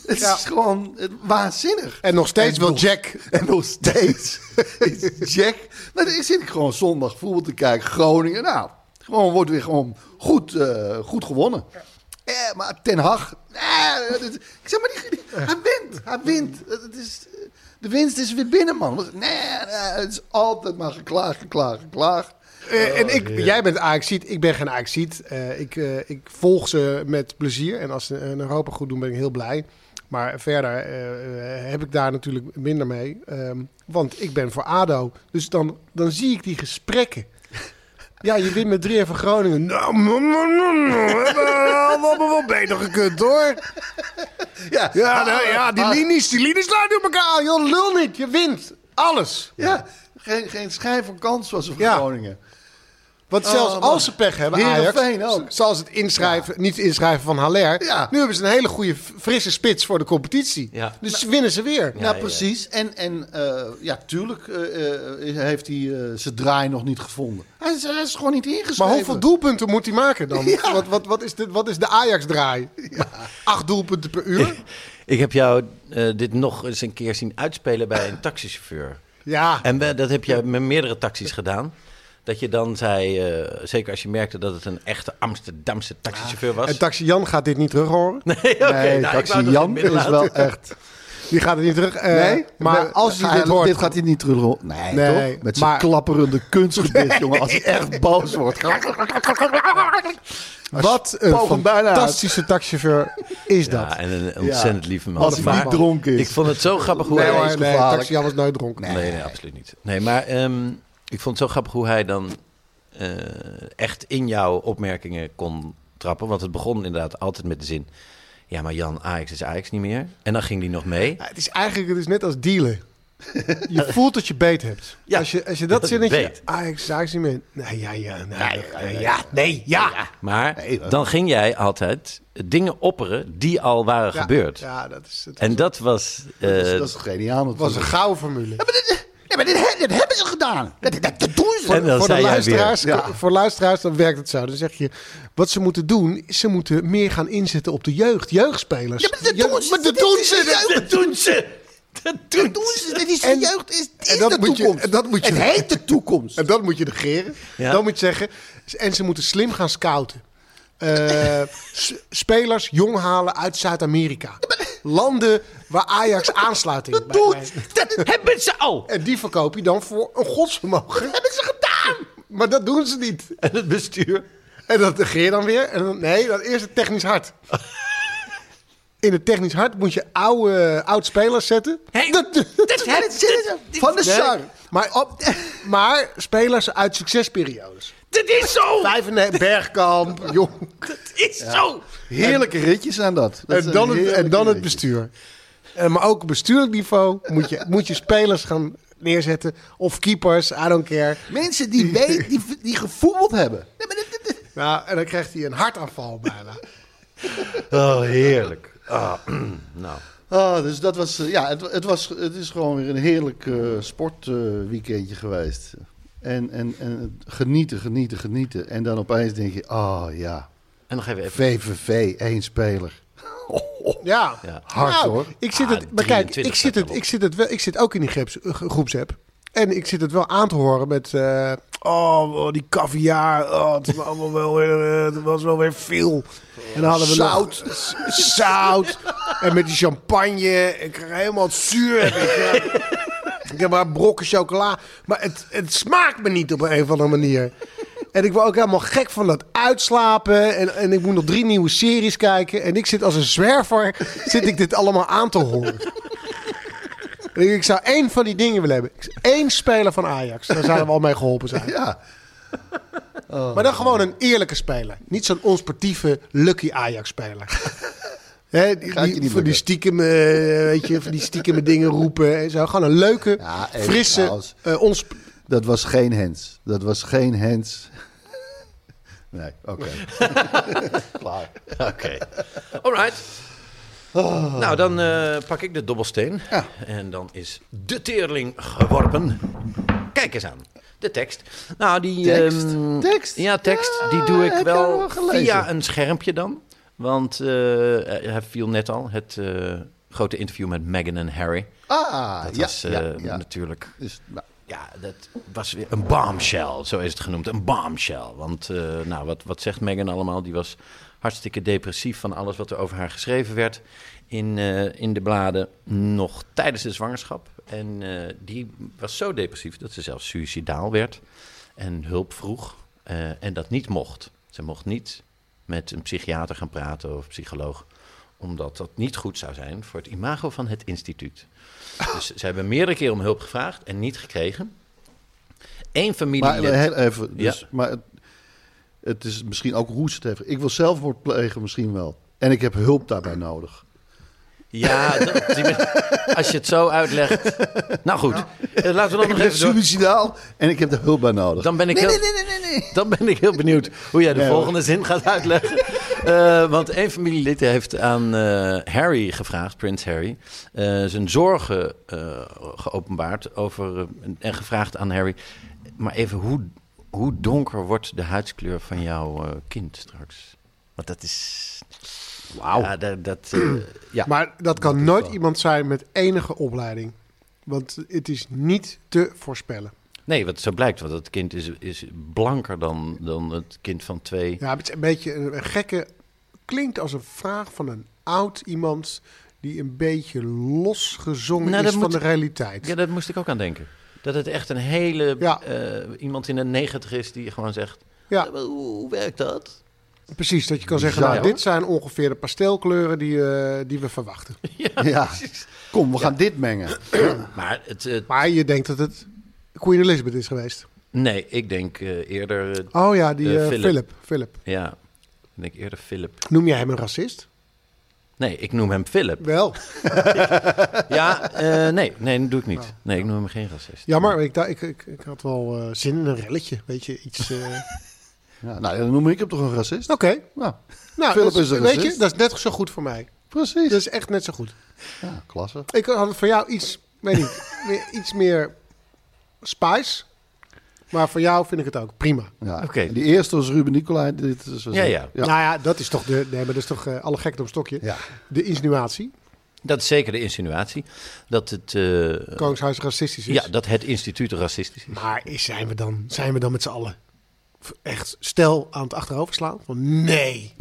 Speaker 2: het
Speaker 3: Ja.
Speaker 2: is gewoon eh, waanzinnig.
Speaker 3: En nog steeds
Speaker 2: En
Speaker 3: wil
Speaker 2: nog-
Speaker 3: Jack...
Speaker 2: En nog steeds is Jack. Maar dan zit ik gewoon zondag voetbal te kijken. Groningen. Nou, gewoon wordt weer gewoon goed, eh, goed gewonnen. Eh, maar Ten Hag. eh, dat is- ik zeg maar, die, die- hij wint. Hij wint. Het het is, de winst is weer binnen, man. Want- Nee, nee, het is altijd maar geklaagd, geklaagd, geklaagd.
Speaker 3: Eh, en ik, jij bent Ajaxiet, ik ben geen Ajaxiet. Eh ik, eh, ik volg ze met plezier. En als ze in Europa goed doen, ben ik heel blij. Maar verder eh, eh, heb ik daar natuurlijk minder mee. Ehm, want ik ben voor ADO. Dus dan, dan zie ik die gesprekken. Ja, je wint met 3 van Groningen. Nou, nou, nou, nou, nou, we hebben wel- we hebben wel beter gekund hoor.
Speaker 2: Ja,
Speaker 3: Ja, nou, ja
Speaker 2: Ah.
Speaker 3: die linies, die linies sluiten op elkaar aan. Joh, lul niet, je wint. Alles.
Speaker 2: Ja, geen, geen schijn van kans was er voor
Speaker 3: Ja.
Speaker 2: Groningen.
Speaker 3: Want zelfs
Speaker 2: Oh, man.
Speaker 3: als ze pech hebben, Ajax,
Speaker 2: Heerenveen ook.
Speaker 3: z- zoals het inschrijven, niet inschrijven van Haller.
Speaker 2: Ja.
Speaker 3: Nu hebben ze een hele goede f- frisse spits voor de competitie.
Speaker 4: Ja.
Speaker 3: Dus winnen ze weer.
Speaker 2: Ja, Nou, precies. En, en eh, ja, tuurlijk eh, eh, heeft hij eh, zijn draai nog niet gevonden. Hij is, hij is gewoon niet ingeschreven.
Speaker 3: Maar hoeveel doelpunten moet hij maken dan?
Speaker 2: Ja.
Speaker 3: Wat, wat, wat, is de, wat is de Ajax-draai? Acht doelpunten per uur?
Speaker 4: Ik heb jou eh, dit nog eens een keer zien uitspelen bij een taxichauffeur.
Speaker 3: Ja.
Speaker 4: En we- dat heb je met meerdere taxis gedaan. Dat je dan zei, eh, zeker als je merkte dat het een echte Amsterdamse taxichauffeur was.
Speaker 3: En Taxi Jan gaat dit niet terug horen.
Speaker 4: Nee, oké, nou,
Speaker 2: Nee,
Speaker 4: ik wou
Speaker 2: Taxi
Speaker 4: dat
Speaker 2: Jan
Speaker 4: midden
Speaker 2: is
Speaker 4: laten.
Speaker 2: wel echt...
Speaker 3: Die gaat het niet terug. eh,
Speaker 2: Nee,
Speaker 3: maar als hij dit hoort...
Speaker 2: Dit gaat hij niet terug. horen. Nee,
Speaker 3: Nee,
Speaker 2: toch? Met zijn
Speaker 3: maar-
Speaker 2: klapperende kunstgebit, jongen. Als hij echt boos wordt.
Speaker 3: Wat een
Speaker 2: Poog hem bijna uit.
Speaker 3: fantastische taxichauffeur is dat.
Speaker 4: Ja, Ah, en een ontzettend
Speaker 2: Ja.
Speaker 4: lieve man.
Speaker 2: Als hij
Speaker 4: Maar
Speaker 2: niet dronken is.
Speaker 4: Ik vond het zo grappig hoe
Speaker 3: Nee,
Speaker 4: hij...
Speaker 3: hoor,
Speaker 2: is
Speaker 3: nee,
Speaker 2: gevaarlijk.
Speaker 3: Taxi Jan was nooit dronken.
Speaker 4: Nee, nee, absoluut niet. Nee, maar ehm, ik vond het zo grappig hoe hij dan eh, echt in jouw opmerkingen kon trappen. Want het begon inderdaad altijd met de zin... Ja, maar Jan, Ajax is Ajax niet meer. En dan ging hij nog mee.
Speaker 3: Ja, Het is eigenlijk het is net als dealen. Je voelt dat je beet hebt.
Speaker 4: Ja,
Speaker 3: als, je, als je
Speaker 4: dat
Speaker 3: dat
Speaker 4: je
Speaker 3: zinnetje...
Speaker 4: weet.
Speaker 3: Ah, ik sta ik niet meer. Nee, ja, ja, nee, ja, ja,
Speaker 4: nee, ja. Maar dan ging jij altijd dingen opperen die al waren
Speaker 3: Ja,
Speaker 4: gebeurd.
Speaker 3: Ja, dat is het.
Speaker 4: En dat was... eh,
Speaker 2: dat, is, dat is geniaal
Speaker 3: was een
Speaker 2: natuurlijk.
Speaker 3: gouden formule.
Speaker 2: Ja, maar dit, dit hebben ze gedaan. Dat, dat, dat doen ze.
Speaker 4: en dan
Speaker 3: voor,
Speaker 4: zei
Speaker 3: de
Speaker 4: jij weer...
Speaker 3: luisteraars, voor luisteraars, dan werkt het zo. Dan zeg je, wat ze moeten doen, is ze moeten meer gaan inzetten op de jeugd. Jeugdspelers.
Speaker 2: Ja, maar dat
Speaker 3: Jeugd-
Speaker 2: doen ze.
Speaker 3: maar dat
Speaker 2: Dit
Speaker 3: doen
Speaker 2: is
Speaker 3: ze.
Speaker 2: de
Speaker 4: Dat
Speaker 2: jeugd.
Speaker 4: doen ze! Dat doen
Speaker 2: Doen
Speaker 4: ze!
Speaker 2: ze. Dit is
Speaker 3: En-
Speaker 2: de jeugd. Is, is
Speaker 3: en dat
Speaker 2: de
Speaker 3: moet je-
Speaker 2: toekomst.
Speaker 3: en dat moet je-
Speaker 2: Het heet de toekomst.
Speaker 3: En dat moet je negeren.
Speaker 4: Ja.
Speaker 3: Dan moet je zeggen. En ze moeten slim gaan scouten. Eh, s- spelers jong halen uit Zuid-Amerika. Landen waar Ajax aansluiting bij-
Speaker 2: Doen
Speaker 3: bij-
Speaker 2: ze. Dat
Speaker 4: Hebben ze al!
Speaker 3: En die verkoop je dan voor een godsvermogen.
Speaker 2: hebben ze gedaan.
Speaker 3: Maar dat doen ze niet.
Speaker 4: En het bestuur...
Speaker 3: En dat negeer je dan weer. En dan, nee, dat eerst het technisch hart. In het technisch hart moet je oude, oud spelers zetten.
Speaker 4: Hey,
Speaker 3: dat,
Speaker 2: Dit is Van de
Speaker 3: Nee,
Speaker 2: Sar.
Speaker 3: maar, op, maar spelers uit succesperiodes.
Speaker 4: Dat is zo!
Speaker 3: Vijfennegentig, Bergkamp, jong.
Speaker 4: Dat is zo!
Speaker 2: Heerlijke ritjes zijn dat. dat
Speaker 3: en,
Speaker 2: zijn
Speaker 3: dan het, en
Speaker 2: heerlijke
Speaker 3: dan het
Speaker 2: ritjes.
Speaker 3: bestuur. Eh, maar ook op bestuurlijk niveau moet je, moet je spelers gaan neerzetten. Of keepers, I don't care.
Speaker 2: Mensen die, weet, die, die gevoeld hebben. Nee, maar dit, dit- dit-
Speaker 3: Nou, en dan krijgt hij een hartaanval bijna.
Speaker 4: Oh, heerlijk. nou.
Speaker 2: Ah, dus dat was, eh, ja, het, het, was, het is gewoon weer een heerlijk eh, sportweekendje eh, geweest. En, en, en genieten, genieten, genieten. En dan opeens denk je, ah ja,
Speaker 4: En nog even even.
Speaker 2: VVV, één speler.
Speaker 3: Ja,
Speaker 4: Ja.
Speaker 2: Hard,
Speaker 3: Nou,
Speaker 2: hoor.
Speaker 3: Ik zit het,
Speaker 4: Ah,
Speaker 3: maar kijk,
Speaker 4: 23
Speaker 3: ik zit,
Speaker 4: staat
Speaker 3: het,
Speaker 4: erop.
Speaker 3: ik, zit het wel, ik zit ook in die groeps, groepsapp. En ik zit het wel aan te horen met... eh, oh, oh, die caviar. Oh, het, was allemaal wel weer, eh, het was wel weer veel. En dan hadden we nog- s- zout. En met die champagne. Ik kreeg helemaal het zuur. Ik, eh, ik heb maar brokken chocola. Maar het, het smaakt me niet op een of andere manier. En ik word ook helemaal gek van dat uitslapen. En, en ik moet nog drie nieuwe series kijken. En ik zit als een zwerver, zit ik dit allemaal aan te horen. En ik, ik zou één van die dingen willen hebben. Eén speler van Ajax. Daar zouden we al mee geholpen zijn.
Speaker 2: Ja,
Speaker 3: Maar dan gewoon een eerlijke speler. Niet zo'n onsportieve, lucky Ajax-speler. Hè, die,
Speaker 2: Gaat je niet
Speaker 3: die, van die
Speaker 2: lukken.
Speaker 3: stiekem, eh, weet je, van die stiekem dingen roepen en zo. Gewoon een leuke,
Speaker 2: Ja, en
Speaker 3: frisse,
Speaker 2: trouwens-
Speaker 3: eh ons.
Speaker 2: dat was geen Hens. Dat was geen Hens. Nee, oké. Klaar.
Speaker 4: Oké. Alright. Nou, dan eh, pak ik de dobbelsteen. En dan is de teerling geworpen. Kijk eens aan. De tekst. Nou, die.
Speaker 2: Tekst?
Speaker 4: ehm,
Speaker 2: Tekst?
Speaker 4: Ja, tekst.
Speaker 2: Ja,
Speaker 4: die doe ik
Speaker 2: heb je al
Speaker 4: wel
Speaker 2: wel gelezen?
Speaker 4: via een schermpje dan. Want eh, hij viel net al. Het eh, grote interview met Meghan en Harry.
Speaker 2: Ah,
Speaker 4: Dat
Speaker 2: ja,
Speaker 4: was eh,
Speaker 2: ja, ja.
Speaker 4: natuurlijk
Speaker 2: Dus, nou,
Speaker 4: Ja, dat was weer een bombshell, zo is het genoemd. Een bombshell. Want eh, nou, wat, wat zegt Megan allemaal? Die was hartstikke depressief van alles wat er over haar geschreven werd in, eh, in de bladen. Nog tijdens de zwangerschap. En eh, die was zo depressief dat ze zelfs suicidaal werd en hulp vroeg. eh, en dat niet mocht. Ze mocht niet met een psychiater gaan praten of psycholoog omdat dat niet goed zou zijn voor het imago van het instituut. Dus ze hebben meerdere keren om hulp gevraagd en niet gekregen. Eén
Speaker 2: maar
Speaker 4: familielid...
Speaker 2: heel even, dus,
Speaker 4: Ja.
Speaker 2: maar het, het is misschien ook hoe ze het heeft. Ik wil zelfmoord plegen misschien wel. En ik heb hulp daarbij nodig.
Speaker 4: Ja, dat- die men- als je het zo uitlegt... Nou goed, eh, laten we dan nog
Speaker 2: Ik ben
Speaker 4: even door.
Speaker 2: suicidaal en ik heb er hulp bij nodig.
Speaker 4: Dan ben ik
Speaker 2: nee,
Speaker 4: heel-
Speaker 2: nee, nee, nee, nee, nee.
Speaker 4: Dan ben ik heel benieuwd hoe jij de
Speaker 3: Nee, hoor.
Speaker 4: volgende zin gaat uitleggen. Eh, want één familielid heeft aan eh, Harry gevraagd, Prins Harry, eh, zijn zorgen eh, geopenbaard over, eh, en gevraagd aan Harry, maar even hoe, hoe donker wordt de huidskleur van jouw eh, kind straks? Want dat is... Wauw. Ja, dat... dat, eh, ja.
Speaker 3: Maar dat kan
Speaker 4: Dat is
Speaker 3: nooit
Speaker 4: wel-
Speaker 3: iemand zijn met enige opleiding. Want het is niet te voorspellen.
Speaker 4: Nee, wat zo blijkt, want dat kind is, is blanker dan, dan het kind van twee.
Speaker 3: Ja, het is een beetje een, een gekke... Klinkt als een vraag van een oud iemand... die een beetje losgezongen
Speaker 4: Nou,
Speaker 3: is
Speaker 4: dat
Speaker 3: van
Speaker 4: moet-
Speaker 3: de realiteit.
Speaker 4: Ja, daar moest ik ook aan denken. Dat het echt een hele...
Speaker 3: Ja.
Speaker 4: eh, iemand in de negentig is die gewoon zegt...
Speaker 3: Ja.
Speaker 4: "Eh, hoe, hoe werkt dat?
Speaker 3: Precies, dat je kan zeggen...
Speaker 2: Bizar,
Speaker 3: nou,
Speaker 4: hoor.
Speaker 3: dit zijn ongeveer de pastelkleuren die, eh, die we verwachten.
Speaker 2: Ja. Kom, we gaan dit mengen.
Speaker 4: Maar het... eh,
Speaker 3: Maar je denkt dat het Queen Elizabeth is geweest.
Speaker 4: nee, ik denk eh, eerder... eh,
Speaker 3: Oh ja, die
Speaker 4: Eh,
Speaker 3: eh,
Speaker 4: Philip.
Speaker 3: Philip. Philip.
Speaker 4: ja, ik denk eerder Philip.
Speaker 3: Noem jij hem een racist?
Speaker 4: Nee, ik noem hem Philip.
Speaker 3: Wel.
Speaker 4: Ja, eh, nee, nee, dat doe ik
Speaker 3: Oh.
Speaker 4: niet. Nee, ik noem hem geen racist.
Speaker 3: Jammer, ik, da- ik, ik, ik had wel eh, zin in een relletje. Weet je, iets... eh,
Speaker 2: Ja, nou, dan noem ik hem toch een racist?
Speaker 3: Oké.
Speaker 2: Nou,
Speaker 3: Nou,
Speaker 2: Philip
Speaker 3: dat
Speaker 2: is een
Speaker 3: Weet je,
Speaker 2: racist.
Speaker 3: dat is net zo goed voor mij.
Speaker 2: precies.
Speaker 3: Dat
Speaker 4: Dus-
Speaker 3: is echt net zo goed.
Speaker 2: Ja, klasse.
Speaker 3: Ik had het voor jou iets, weet niet, meer, iets meer spice. Maar voor jou vind ik het ook prima.
Speaker 2: Ja.
Speaker 4: Oké.
Speaker 2: En Die eerste was Ruben Nicolai. Dit is
Speaker 4: Ja, ja.
Speaker 3: Nou ja, dat is toch de. Nee, maar dat is toch eh, alle gekte op stokje.
Speaker 2: Ja.
Speaker 3: De insinuatie.
Speaker 4: Dat is zeker de insinuatie. Dat het... eh,
Speaker 3: Koningshuis racistisch is.
Speaker 4: ja, dat het instituut racistisch is.
Speaker 3: Maar is- zijn we dan, zijn we dan met z'n allen v- echt stel aan het achterover slaan? Van nee.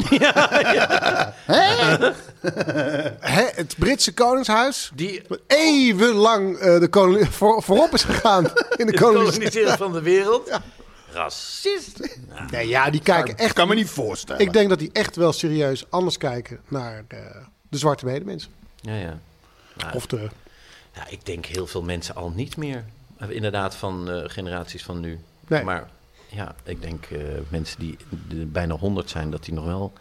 Speaker 3: Hè? Het Britse Koningshuis.
Speaker 4: Die
Speaker 3: wat eeuwenlang eh, de koning, voor, voorop is gegaan in de koning.
Speaker 4: koloniseren van de wereld. Racist.
Speaker 3: Nee, ja, die kijken echt.
Speaker 2: kan me niet voorstellen.
Speaker 3: Ik denk dat die echt wel serieus anders kijken naar eh, de zwarte medemens.
Speaker 4: Ja, ja.
Speaker 3: Of de.
Speaker 4: Ja, ik denk heel veel mensen al niet meer. Eh, Inderdaad, van eh, generaties van nu.
Speaker 3: Nee.
Speaker 4: Maar ja, ik denk eh, mensen die de- bijna honderd zijn, dat die nog wel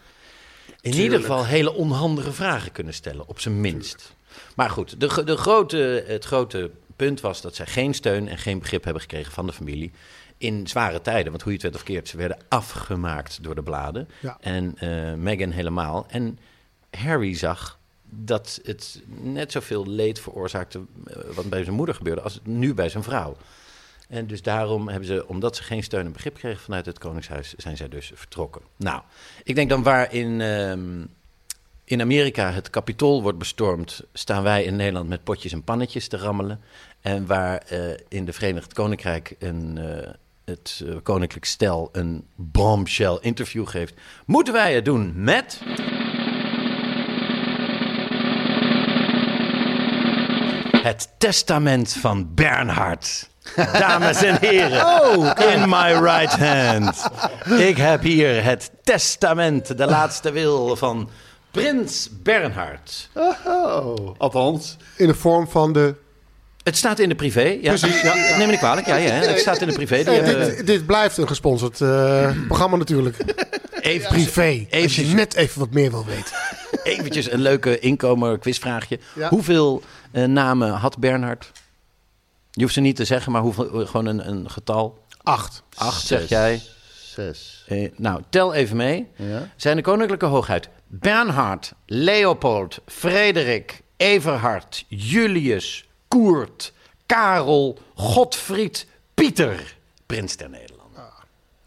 Speaker 4: in ieder geval hele onhandige vragen kunnen stellen, op zijn minst. Maar goed, de, gro- de grote, het grote punt was dat zij geen steun en geen begrip hebben gekregen van de familie. In zware tijden, want hoe je het werd of keert, ze werden afgemaakt door de bladen.
Speaker 3: Ja.
Speaker 4: En eh Meghan helemaal. En Harry zag dat het net zoveel leed veroorzaakte eh, wat bij zijn moeder gebeurde als het nu bij zijn vrouw. En dus daarom hebben ze, omdat ze geen steun en begrip kregen vanuit het Koningshuis, zijn zij dus vertrokken. Nou, ik denk dan waar in, ehm, in Amerika het kapitool wordt bestormd, staan wij in Nederland met potjes en pannetjes te rammelen. En waar eh, in de Verenigd Koninkrijk een, eh, het eh, koninklijk stel een bombshell interview geeft, moeten wij het doen met. Het testament van Bernhard. Dames en heren, in my right hand. Ik heb hier het testament, de laatste wil van prins Bernhard. Nou,
Speaker 2: Oh, althans.
Speaker 3: In de vorm van de.
Speaker 4: Het staat in de privé. Ja. Precies. Neem me niet kwalijk, ja, ja, het staat in de privé. Die hebben-
Speaker 3: Eh, dit, dit blijft een gesponsord eh, programma natuurlijk.
Speaker 4: even,
Speaker 3: Privé. Als je
Speaker 4: Eventjes.
Speaker 3: net even wat meer wil weten.
Speaker 4: eventjes een leuke inkomer quizvraagje.
Speaker 3: Ja.
Speaker 4: Hoeveel eh, namen had Bernhard? Je hoeft ze niet te zeggen, maar hoeveel, eh, gewoon een, een getal.
Speaker 3: Acht.
Speaker 4: Acht, zeg jij.
Speaker 2: Zes.
Speaker 4: Eh, nou, tel even mee.
Speaker 2: Ja.
Speaker 4: Zijn de koninklijke hoogheid Bernhard, Leopold, Frederik, Everhard, Julius, Koert, Karel, Godfried, Pieter, prins der Nederlanden.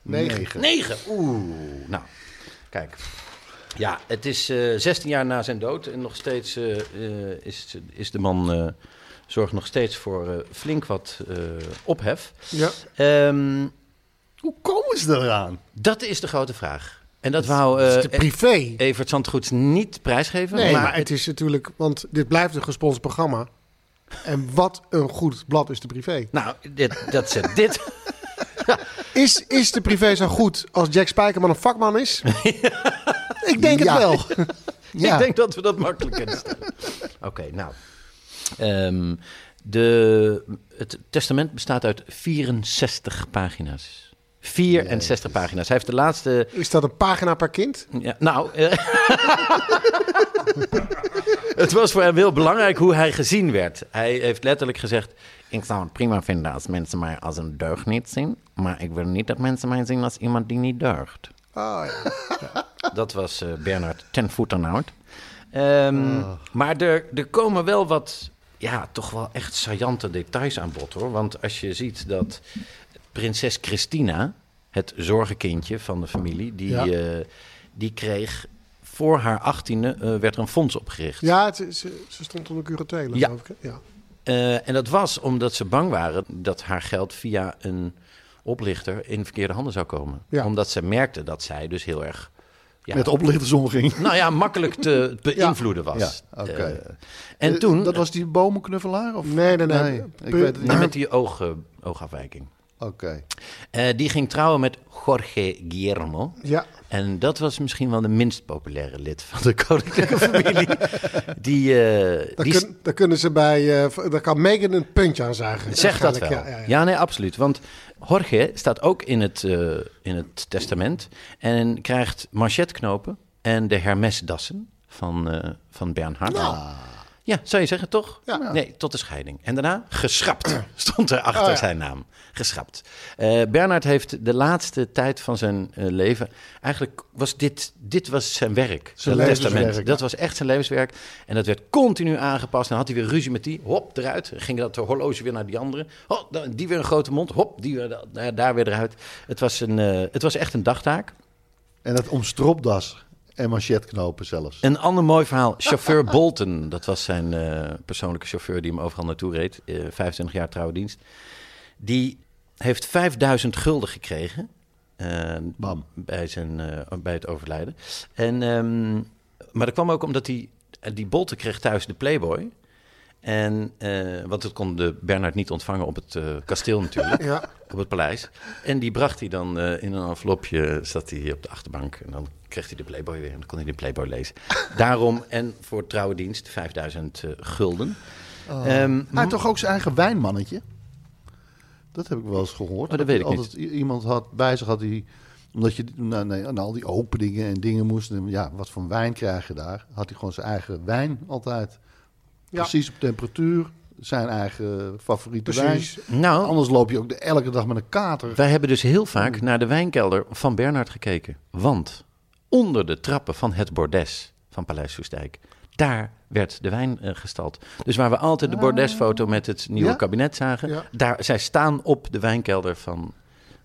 Speaker 3: Negen.
Speaker 4: Negen. Oeh. Nou, kijk. Ja, het is eh 16 jaar na zijn dood en nog steeds eh, eh, is, is de man eh, zorgt nog steeds voor eh, flink wat eh, ophef.
Speaker 3: Ja.
Speaker 4: Ehm,
Speaker 2: Hoe komen ze eraan?
Speaker 4: dat is de grote vraag. En dat wou
Speaker 3: Het
Speaker 4: eh,
Speaker 3: is de privé.
Speaker 4: Evert Zandgoeds niet prijsgeven.
Speaker 3: Nee, maar,
Speaker 4: maar
Speaker 3: het is natuurlijk, want dit blijft een gesponsord programma. En wat een goed blad is de privé.
Speaker 4: Nou, dit, dat zet dit.
Speaker 3: Is, is de privé zo goed als Jack Spijkerman een vakman is? Ik denk
Speaker 2: Ja.
Speaker 3: het wel.
Speaker 2: Ja.
Speaker 4: Ik denk dat we dat makkelijk kunnen stellen. Oké, nou. Ehm, de, het testament bestaat uit 64 pagina's. 64 pagina's. Hij heeft de laatste.
Speaker 3: Is dat een pagina per kind?
Speaker 4: Ja, nou. eh, het was voor hem heel belangrijk hoe hij gezien werd. Hij heeft letterlijk gezegd: Ik zou het prima vinden als mensen mij als een deugniet zien. Maar ik wil niet dat mensen mij zien als iemand die niet deugt.
Speaker 3: Ah,
Speaker 4: Dat was eh, Bernard ten voetenhout. Ehm
Speaker 3: Ah.
Speaker 4: Maar er, er komen wel wat, ja, toch wel echt saillante details aan bod hoor. Want als je ziet dat prinses Christina, het zorgenkindje van de familie, die,
Speaker 3: Ja.
Speaker 4: eh, die kreeg voor haar achttiende e werd er een fonds opgericht.
Speaker 3: Ja, het, is- ze, ze stond onder curatele,
Speaker 4: Ja.
Speaker 3: geloof ik. hè? Ja.
Speaker 4: Eh, en dat was omdat ze bang waren dat haar geld via een oplichter in verkeerde handen zou komen.
Speaker 3: Ja.
Speaker 4: Omdat ze merkten dat zij dus heel erg. Ja,
Speaker 2: Met oplichters omging.
Speaker 4: nou ja, makkelijk te beïnvloeden was.
Speaker 2: Ja, oké.
Speaker 4: Eh, en
Speaker 2: Eh,
Speaker 4: toen,
Speaker 2: Dat was die bomenknuffelaar? Of?
Speaker 3: Nee, nee, nee.
Speaker 2: ik weet het niet.
Speaker 4: eh,
Speaker 2: Oké.
Speaker 4: met die oog, eh, oogafwijking, Eh, die ging trouwen met Jorge Guillermo.
Speaker 3: Ja.
Speaker 4: En dat was misschien wel de minst populaire lid van de koninklijke familie. Die, eh,
Speaker 3: Daar,
Speaker 4: die
Speaker 3: kun- daar kunnen ze bij, eh, v- daar kan Megan een puntje aan zagen.
Speaker 4: Zeg dat wel.
Speaker 3: Waarschijnlijk,
Speaker 4: Ja,
Speaker 3: ja, ja, ja.
Speaker 4: nee, absoluut. Want Jorge staat ook in het, eh, in het testament en krijgt manchetknopen en de Hermesdassen van, eh, van Bernhard.
Speaker 3: Nou,
Speaker 4: Ja, zou je zeggen, toch?
Speaker 3: Ja.
Speaker 4: Nee, tot de scheiding. En daarna geschrapt, stond er achter
Speaker 3: Oh, ja.
Speaker 4: zijn naam. Geschrapt. Eh Bernhard heeft de laatste tijd van zijn eh, leven... Eigenlijk was dit, dit was zijn werk.
Speaker 3: Zijn
Speaker 4: dat
Speaker 3: levenswerk,
Speaker 4: testament. Dat was echt zijn levenswerk. En dat werd continu aangepast. Dan had hij weer ruzie met die. Hop, eruit. Dan ging dat horloge weer naar die andere. Hop, dan- die weer een grote mond. Hop, die weer, daar- daar weer eruit. Het was, een, eh, het was echt een dagtaak.
Speaker 2: En dat om stropdas en manchetknopen zelfs.
Speaker 4: Een ander mooi verhaal. Chauffeur Bolton, dat was zijn eh, persoonlijke chauffeur die hem overal naartoe reed. eh 25 jaar trouwdienst. Die heeft 5000 gulden gekregen. eh,
Speaker 2: Bam.
Speaker 4: Bij, zijn, eh, bij het overlijden. En, ehm, maar dat kwam ook omdat die, eh, die Bolton kreeg thuis de Playboy. En, eh, want dat kon de Bernard niet ontvangen op het eh, kasteel natuurlijk.
Speaker 3: Ja.
Speaker 4: Op het paleis. En die bracht hij dan eh, in een envelopje, zat hij hier op de achterbank. En dan kreeg hij de Playboy weer en dan kon hij de Playboy lezen. Daarom, en voor trouwe dienst, 5000 eh, gulden. Ehm,
Speaker 2: Hij had toch ook zijn eigen wijnmannetje? Dat heb ik wel eens gehoord.
Speaker 4: Oh, dat weet ik
Speaker 2: Altijd i- Iemand had bij zich had die omdat je nou, nee, aan al die openingen en dingen moest. en Ja, wat voor wijn krijg je daar? Had hij gewoon zijn eigen wijn altijd.
Speaker 3: Ja.
Speaker 2: Precies op temperatuur. Zijn eigen favoriete
Speaker 3: Precies.
Speaker 2: wijn.
Speaker 4: Nou.
Speaker 2: Anders loop je ook de, elke dag met een kater.
Speaker 4: Wij hebben dus heel vaak naar de wijnkelder van Bernard gekeken. Want onder de trappen van het bordes van Paleis Soestdijk, daar werd de wijn eh, gestald. Dus waar we altijd de bordesfoto met het nieuwe
Speaker 2: Ja.
Speaker 4: kabinet zagen,
Speaker 3: Ja.
Speaker 4: daar, zij staan op de wijnkelder van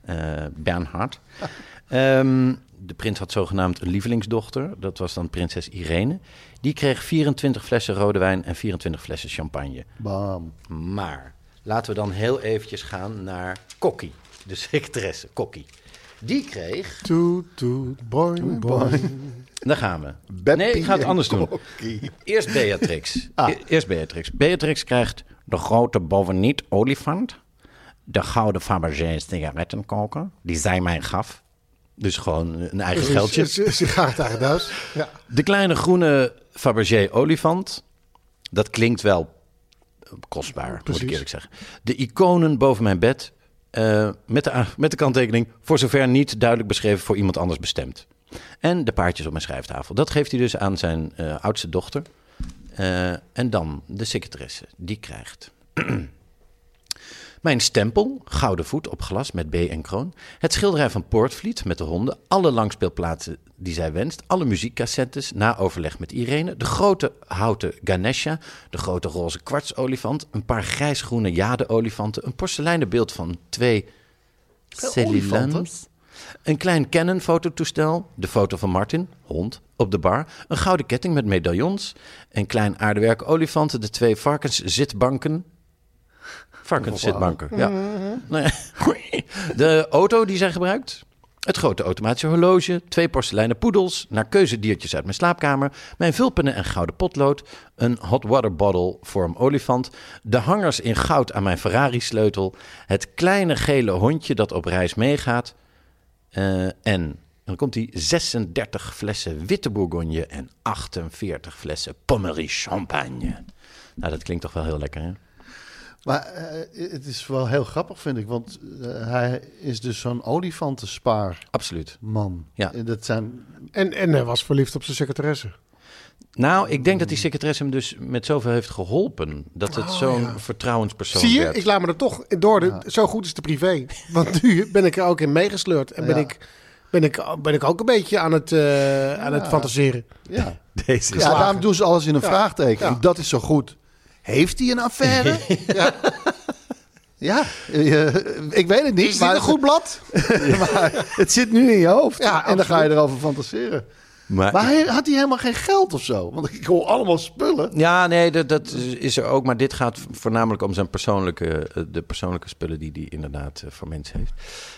Speaker 4: eh, Bernhard. Ehm, de prins had zogenaamd een lievelingsdochter, dat was dan prinses Irene. Die kreeg 24 flessen rode wijn en 24 flessen champagne.
Speaker 2: Bam.
Speaker 4: Maar laten we dan heel eventjes gaan naar Kokkie, de secretaresse Kokkie. Die kreeg.
Speaker 3: Toet, toet, boing, boing.
Speaker 4: Daar gaan we.
Speaker 2: Beppie
Speaker 4: nee, ik ga het
Speaker 2: en
Speaker 4: anders doen.
Speaker 2: Kokkie.
Speaker 4: Eerst Beatrix. E- Eerst Beatrix. Beatrix krijgt de grote boveniet olifant. De gouden Fabergé sigarettenkoker. Die zij mij gaf. Dus gewoon een eigen geldje.
Speaker 3: Ze- ze- Ze gaat daar thuis. Ja.
Speaker 4: De kleine groene Fabergé olifant. Dat klinkt wel kostbaar, moet ik
Speaker 3: Precies.
Speaker 4: eerlijk zeggen. De iconen boven mijn bed. eh, met, de, a- met de kanttekening. Voor zover niet duidelijk beschreven voor iemand anders bestemd. En de paardjes op mijn schrijftafel. Dat geeft hij dus aan zijn eh, oudste dochter. Eh, en dan de secretaresse. Die krijgt. Mijn stempel, gouden voet op glas met B en kroon. Het schilderij van Poortvliet met de honden. Alle langspeelplaatsen die zij wenst. Alle muziekcassettes na overleg met Irene. De grote houten Ganesha. De grote roze kwartsolifant. Een paar grijsgroene jadeolifanten. Een porseleinen beeld van twee cellulums. Een klein Canon fototoestel, de foto van Martin, hond, op de bar. Een gouden ketting met medaillons. Een klein aardewerk olifanten, de twee varkenszitbanken. Varkenszitbanken, ja. Nou ja. De auto die zij gebruikt. Het grote automatische horloge, twee porseleinen poedels, naar keuze diertjes uit mijn slaapkamer, mijn vulpennen en gouden potlood, een hot water bottle vorm olifant, de hangers in goud aan mijn Ferrari-sleutel, het kleine gele hondje dat op reis meegaat, eh, en dan komt hij 36 flessen witte bourgogne en 48 flessen pommery champagne. Nou, dat klinkt toch wel heel lekker, hè?
Speaker 2: Maar eh, het is wel heel grappig, vind ik. Want eh, hij is dus zo'n olifantenspaarman.
Speaker 4: Absoluut. Ja.
Speaker 2: En dat zijn
Speaker 3: En, en hij was verliefd op zijn secretaresse.
Speaker 4: Nou, ik denk dat die secretaresse hem dus met zoveel heeft geholpen. Dat het zo'n vertrouwenspersoon
Speaker 3: Oh, Zie je,
Speaker 4: werd.
Speaker 3: ik laat me er toch in door. De- Zo goed is de privé. Want nu ben ik er ook in meegesleurd. En ben,
Speaker 2: Ja.
Speaker 3: ik, ben, ik, ben ik ook een beetje aan het, eh, aan het fantaseren.
Speaker 2: Ja.
Speaker 4: Deze is
Speaker 2: ja, daarom doen ze alles in een
Speaker 3: Ja.
Speaker 2: vraagteken.
Speaker 3: Ja.
Speaker 2: En dat is zo goed. Heeft hij een affaire? ja. Ja, eh, ik weet het niet.
Speaker 3: Is dit een goed blad?
Speaker 2: maar het zit nu in je hoofd.
Speaker 3: Ja,
Speaker 2: en dan ga je erover fantaseren.
Speaker 4: Maar-
Speaker 2: Maar hij- had hij helemaal geen geld of zo? Want ik hoor allemaal spullen.
Speaker 4: Ja, nee, dat, dat is er ook. Maar dit gaat voornamelijk om zijn persoonlijke, eh, de persoonlijke spullen die hij inderdaad eh, voor mensen heeft.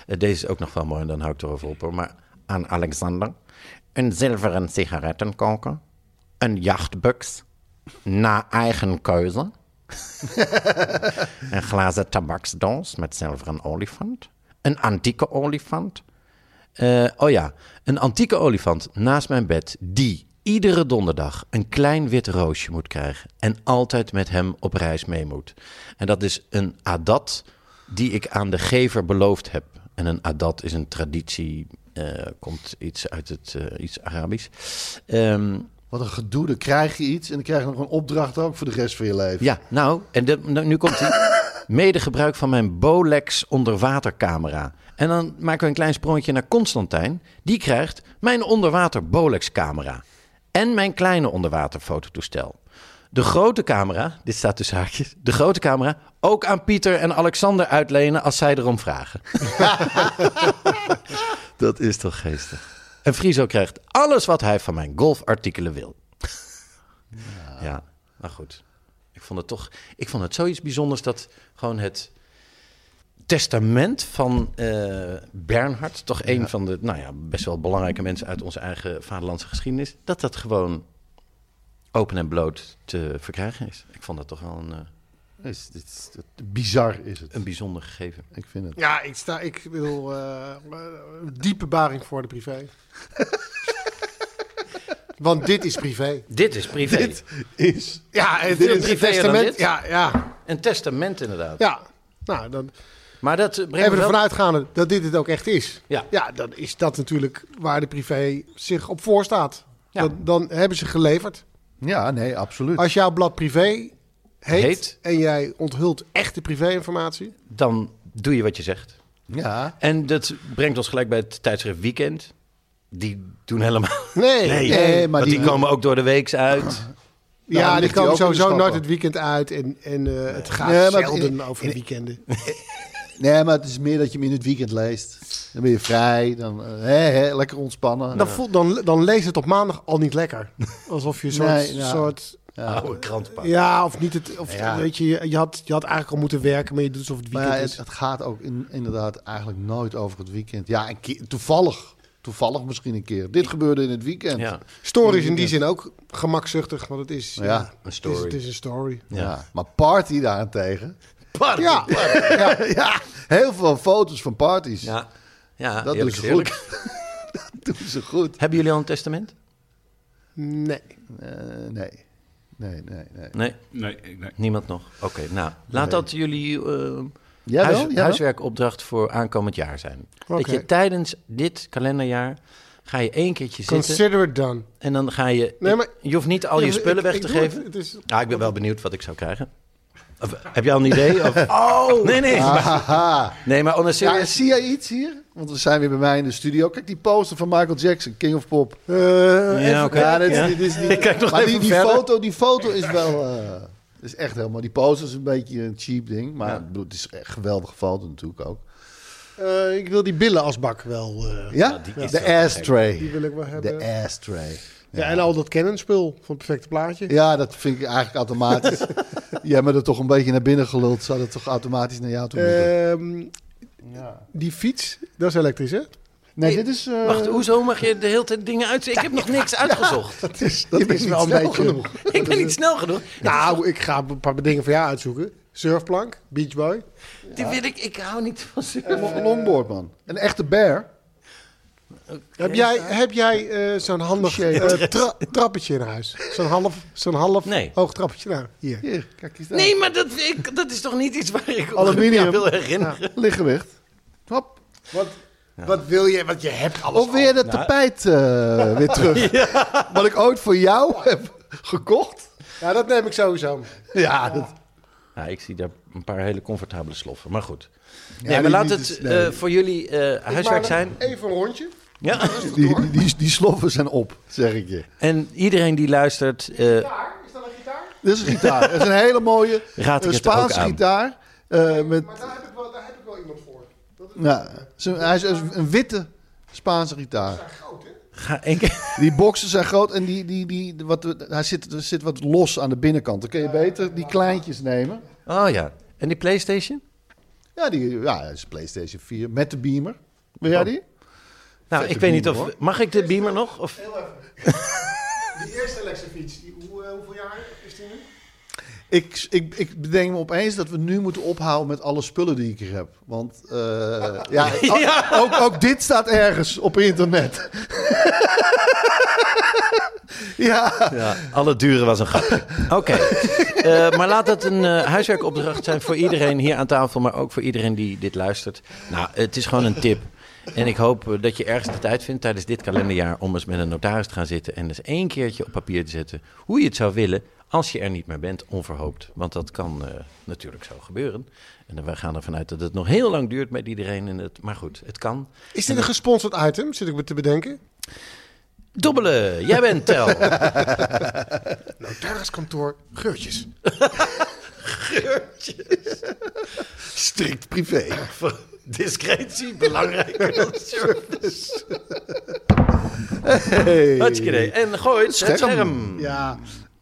Speaker 4: Eh, Deze is ook nog wel mooi en dan hou ik erover op. Hoor. Maar aan Alexander een zilveren sigarettenkoker, een jachtbuks, na eigen keuze, een glazen tabaksdoos met zilveren olifant, een antieke olifant, eh, oh ja, een antieke olifant naast mijn bed die iedere donderdag een klein wit roosje moet krijgen en altijd met hem op reis mee moet. En dat is een adat die ik aan de gever beloofd heb. En een adat is een traditie, eh, komt iets uit het eh, iets Arabisch. Ehm,
Speaker 2: Wat een gedoe. Dan krijg je iets en dan krijg je nog een opdracht ook voor de rest van je leven.
Speaker 4: ja, nou, en dit- nou, nu komt hij. Mede gebruik van mijn Bolex onderwatercamera. En dan maken we een klein sprongetje naar Constantijn. Die krijgt mijn onderwater Bolex camera. En mijn kleine onderwater fototoestel. De grote camera, dit staat tussen haakjes, de grote camera ook aan Pieter en Alexander uitlenen als zij erom vragen. Dat is toch geestig. En Friso krijgt alles wat hij van mijn golfartikelen wil. Ja, maar goed. Ik vond het toch. Ik vond het zoiets bijzonders dat gewoon het testament van eh Bernhard, toch een van de, nou ja, best wel belangrijke mensen uit onze eigen vaderlandse geschiedenis, dat dat gewoon open en bloot te verkrijgen is. Ik vond dat toch wel een, eh,
Speaker 2: Is, dit is- dit- bizar is het.
Speaker 4: een bijzonder gegeven.
Speaker 2: Ik vind het.
Speaker 3: Ja, ik, sta, ik wil eh, diepe baring voor de privé. Want dit is privé.
Speaker 4: Dit is privé.
Speaker 2: Is.
Speaker 3: Ja, het
Speaker 4: Dit is
Speaker 3: het
Speaker 4: privéer dan dit?
Speaker 3: Ja, ja,
Speaker 4: Een testament inderdaad.
Speaker 3: ja. Nou, dan
Speaker 4: Maar dat eh, brengt me
Speaker 3: even
Speaker 4: wel...
Speaker 3: ervan uitgaande dat dit het ook echt is.
Speaker 4: Ja.
Speaker 3: ja, dan is dat natuurlijk waar de privé zich op voorstaat.
Speaker 4: Ja.
Speaker 3: Dan, dan hebben ze geleverd.
Speaker 2: Ja, nee, absoluut.
Speaker 3: Als jouw blad privé heet,
Speaker 4: Heet.
Speaker 3: en jij onthult echte privéinformatie.
Speaker 4: Dan doe je wat je zegt.
Speaker 2: Ja.
Speaker 4: En dat brengt ons gelijk bij het tijdschrift Weekend. Die doen helemaal
Speaker 3: Nee,
Speaker 4: Nee,
Speaker 2: nee, maar
Speaker 4: want die,
Speaker 2: die-
Speaker 4: komen ook door de weeks uit.
Speaker 2: Nou,
Speaker 3: ja,
Speaker 2: dan
Speaker 3: die
Speaker 2: ligt hij
Speaker 3: komen
Speaker 2: ook in de
Speaker 3: sowieso
Speaker 2: schappen.
Speaker 3: nooit het weekend uit. En, en eh, het gaat
Speaker 2: Nee, maar
Speaker 3: zelden
Speaker 2: in-
Speaker 3: over de weekenden.
Speaker 2: Nee, maar het is meer dat je hem in het weekend leest. Dan ben je vrij. Dan eh, hè, hè, lekker ontspannen.
Speaker 3: Dan, voelt, dan, dan leest het op maandag al niet lekker. Alsof je een soort...
Speaker 2: Nee, ja.
Speaker 3: soort
Speaker 4: Oude krantpaal.
Speaker 3: ja, of niet het... Of,
Speaker 2: Ja.
Speaker 3: Weet je, je, je had, je had eigenlijk al moeten werken, maar je doet alsof het dus.
Speaker 2: maar
Speaker 3: weekend
Speaker 2: ja,
Speaker 3: is.
Speaker 2: het, het gaat ook in- inderdaad eigenlijk nooit over het weekend. Ja, een keer- toevallig. Toevallig misschien een keer. Dit gebeurde in het weekend.
Speaker 4: Ja.
Speaker 3: Story is in die zin ook gemakzuchtig, want het is...
Speaker 2: Ja, een
Speaker 3: het is-
Speaker 4: story.
Speaker 3: Het is, een story.
Speaker 2: Ja. Maar party daarentegen.
Speaker 3: Ja,
Speaker 2: ja, ja, heel veel foto's van parties.
Speaker 4: Ja, ja
Speaker 2: dat doen
Speaker 4: eerlijk
Speaker 2: ze
Speaker 4: is eerlijk.
Speaker 2: goed. dat doen ze goed.
Speaker 4: Hebben jullie al een testament?
Speaker 3: nee.
Speaker 2: Eh, nee. Nee, nee, nee.
Speaker 4: Nee,
Speaker 5: Nee, ik- nee.
Speaker 4: niemand nog. Oké, nou, laat dat jullie eh,
Speaker 2: Jij
Speaker 4: huis-
Speaker 2: wel? Jij
Speaker 4: huiswerkopdracht voor aankomend jaar zijn. Dat
Speaker 3: Oké.
Speaker 4: je tijdens dit kalenderjaar ga je één keertje zitten
Speaker 3: Consider it done.
Speaker 4: en dan ga je...
Speaker 3: Nee, maar-
Speaker 4: je hoeft niet al je
Speaker 3: Ja,
Speaker 4: spullen
Speaker 3: ik-
Speaker 4: weg
Speaker 3: ik
Speaker 4: te
Speaker 3: doe het.
Speaker 4: geven.
Speaker 3: Het is-
Speaker 4: Ah, ik ben wel benieuwd wat ik zou krijgen. Of, heb je al een idee? Of... Oh! Nee, nee. maar-
Speaker 2: Haha.
Speaker 4: Nee, maar on a
Speaker 2: Ja,
Speaker 4: serious...
Speaker 2: zie jij iets hier? Want we zijn weer bij mij in de studio. Kijk die poster van Michael Jackson, King of Pop.
Speaker 3: Eh,
Speaker 4: Ja, oké.
Speaker 2: Ja, dit, is-
Speaker 4: Ja.
Speaker 2: dit is niet.
Speaker 4: Ik kijk nog
Speaker 2: maar die,
Speaker 4: even
Speaker 2: die
Speaker 4: verder.
Speaker 2: foto, die foto is wel. eh is echt helemaal. Die poster is een beetje een cheap ding. Maar ik bedoel, het is echt een geweldige foto natuurlijk ook.
Speaker 3: eh, ik wil die billenasbak wel... eh,
Speaker 2: Ja? De ashtray.
Speaker 3: Die wil ik wel hebben.
Speaker 2: De ashtray.
Speaker 3: Ja, en al dat kennenspul van het perfecte plaatje.
Speaker 2: Ja, dat vind ik eigenlijk automatisch. Jij bent er toch een beetje naar binnen geluld. Zou dat toch automatisch naar jou toe moeten?
Speaker 3: Ehm, Die fiets, dat is elektrisch, hè?
Speaker 2: nee, dit is... eh,
Speaker 4: Wacht, hoezo mag je de hele tijd dingen uit? Ik heb nog niks uitgezocht.
Speaker 2: dat is, dat is
Speaker 3: niet
Speaker 2: wel een
Speaker 3: snel
Speaker 2: beetje...
Speaker 3: genoeg.
Speaker 4: Ik ben niet snel genoeg.
Speaker 3: Nou, ik ga een paar dingen voor jou uitzoeken. Surfplank, Beachboy.
Speaker 4: Die weet ik, ik hou niet van
Speaker 2: Een eh, longboard, man. Een echte bear.
Speaker 3: Heb jij, heb jij eh, zo'n handig eh, tra- trappetje in huis? Zo'n half, zo'n half
Speaker 4: Nee.
Speaker 3: hoog trappetje. Nou, hier.
Speaker 2: Hier, kijk eens daar.
Speaker 4: Nee, maar dat, ik, dat is toch niet iets waar ik
Speaker 2: Aluminium.
Speaker 4: aan wil herinneren?
Speaker 2: Lichtgewicht. Hop.
Speaker 3: Wat, wat wil je?
Speaker 4: Nou.
Speaker 3: Want je hebt alles
Speaker 2: Of weer dat tapijt eh, weer terug. Wat ik ooit voor jou heb Gekocht?
Speaker 3: Ja, dat neem ik sowieso.
Speaker 2: Ja, dat-
Speaker 4: Ja, ik zie daar een paar hele comfortabele sloffen. Maar goed. Nee,
Speaker 2: die-
Speaker 4: maar laat
Speaker 2: die-
Speaker 4: het
Speaker 2: nee.
Speaker 4: eh, voor jullie eh,
Speaker 3: Maar
Speaker 4: huiswerk
Speaker 3: dan
Speaker 4: zijn.
Speaker 3: Even een rondje.
Speaker 4: Ja.
Speaker 2: die, die, die, die sloffen zijn op, zeg ik je.
Speaker 4: En iedereen die luistert, eh,
Speaker 3: Daar, is dat een gitaar?
Speaker 2: Dit is een gitaar. Dat is een hele mooie
Speaker 4: Raad ik
Speaker 2: eh,
Speaker 4: het ook
Speaker 2: Spaanse
Speaker 4: aan?
Speaker 2: gitaar. eh, met,
Speaker 3: Maar daar heb ik wel, daar heb ik wel iemand voor. Dat is
Speaker 2: nou, ze- hij is een witte Spaanse gitaar.
Speaker 3: groot, hè?
Speaker 4: ga één keer.
Speaker 2: Die boxen zijn groot en die, die, die, wat, hij zit, er zit wat los aan de binnenkant. Dan kun je beter die kleintjes nemen.
Speaker 4: Oh ja. En die PlayStation?
Speaker 2: Ja, die ja, dat is PlayStation 4 met de beamer. Wil
Speaker 3: Oh.
Speaker 2: jij die?
Speaker 4: Nou,
Speaker 2: Vette
Speaker 4: ik weet niet of.
Speaker 2: beamer, hoor.
Speaker 4: Mag ik de beamer nog? Of...
Speaker 3: Heel even. Die eerste elektrofiets, die, hoe, eh, hoeveel jaar is die nu?
Speaker 2: Ik, ik, ik bedenk me opeens dat we nu moeten ophouden met alle spullen die ik hier heb. Want eh, ja, o- Ook, ook dit staat ergens op internet. ja.
Speaker 4: Ja, alle dure was een grapje. Oké. Eh, maar laat dat een eh, huiswerkopdracht zijn voor iedereen hier aan tafel, maar ook voor iedereen die dit luistert. Nou, het is gewoon een tip. En ik hoop eh, dat je ergens de tijd vindt tijdens dit kalenderjaar om eens met een notaris te gaan zitten en eens één keertje op papier te zetten hoe je het zou willen als je er niet meer bent, onverhoopt. Want dat kan eh, natuurlijk zo gebeuren. En we gaan ervan uit dat het nog heel lang duurt met iedereen. En het, maar goed, het kan.
Speaker 3: Is dit een gesponsord item, zit ik me te bedenken?
Speaker 4: Dobbelen, jij bent tel.
Speaker 3: Notariskantoor Geurtjes.
Speaker 2: Strikt privé.
Speaker 4: Discretie, belangrijk. Dat is
Speaker 2: Hey.
Speaker 4: Hartstikke idee. En gooi het scherm.
Speaker 3: Ja,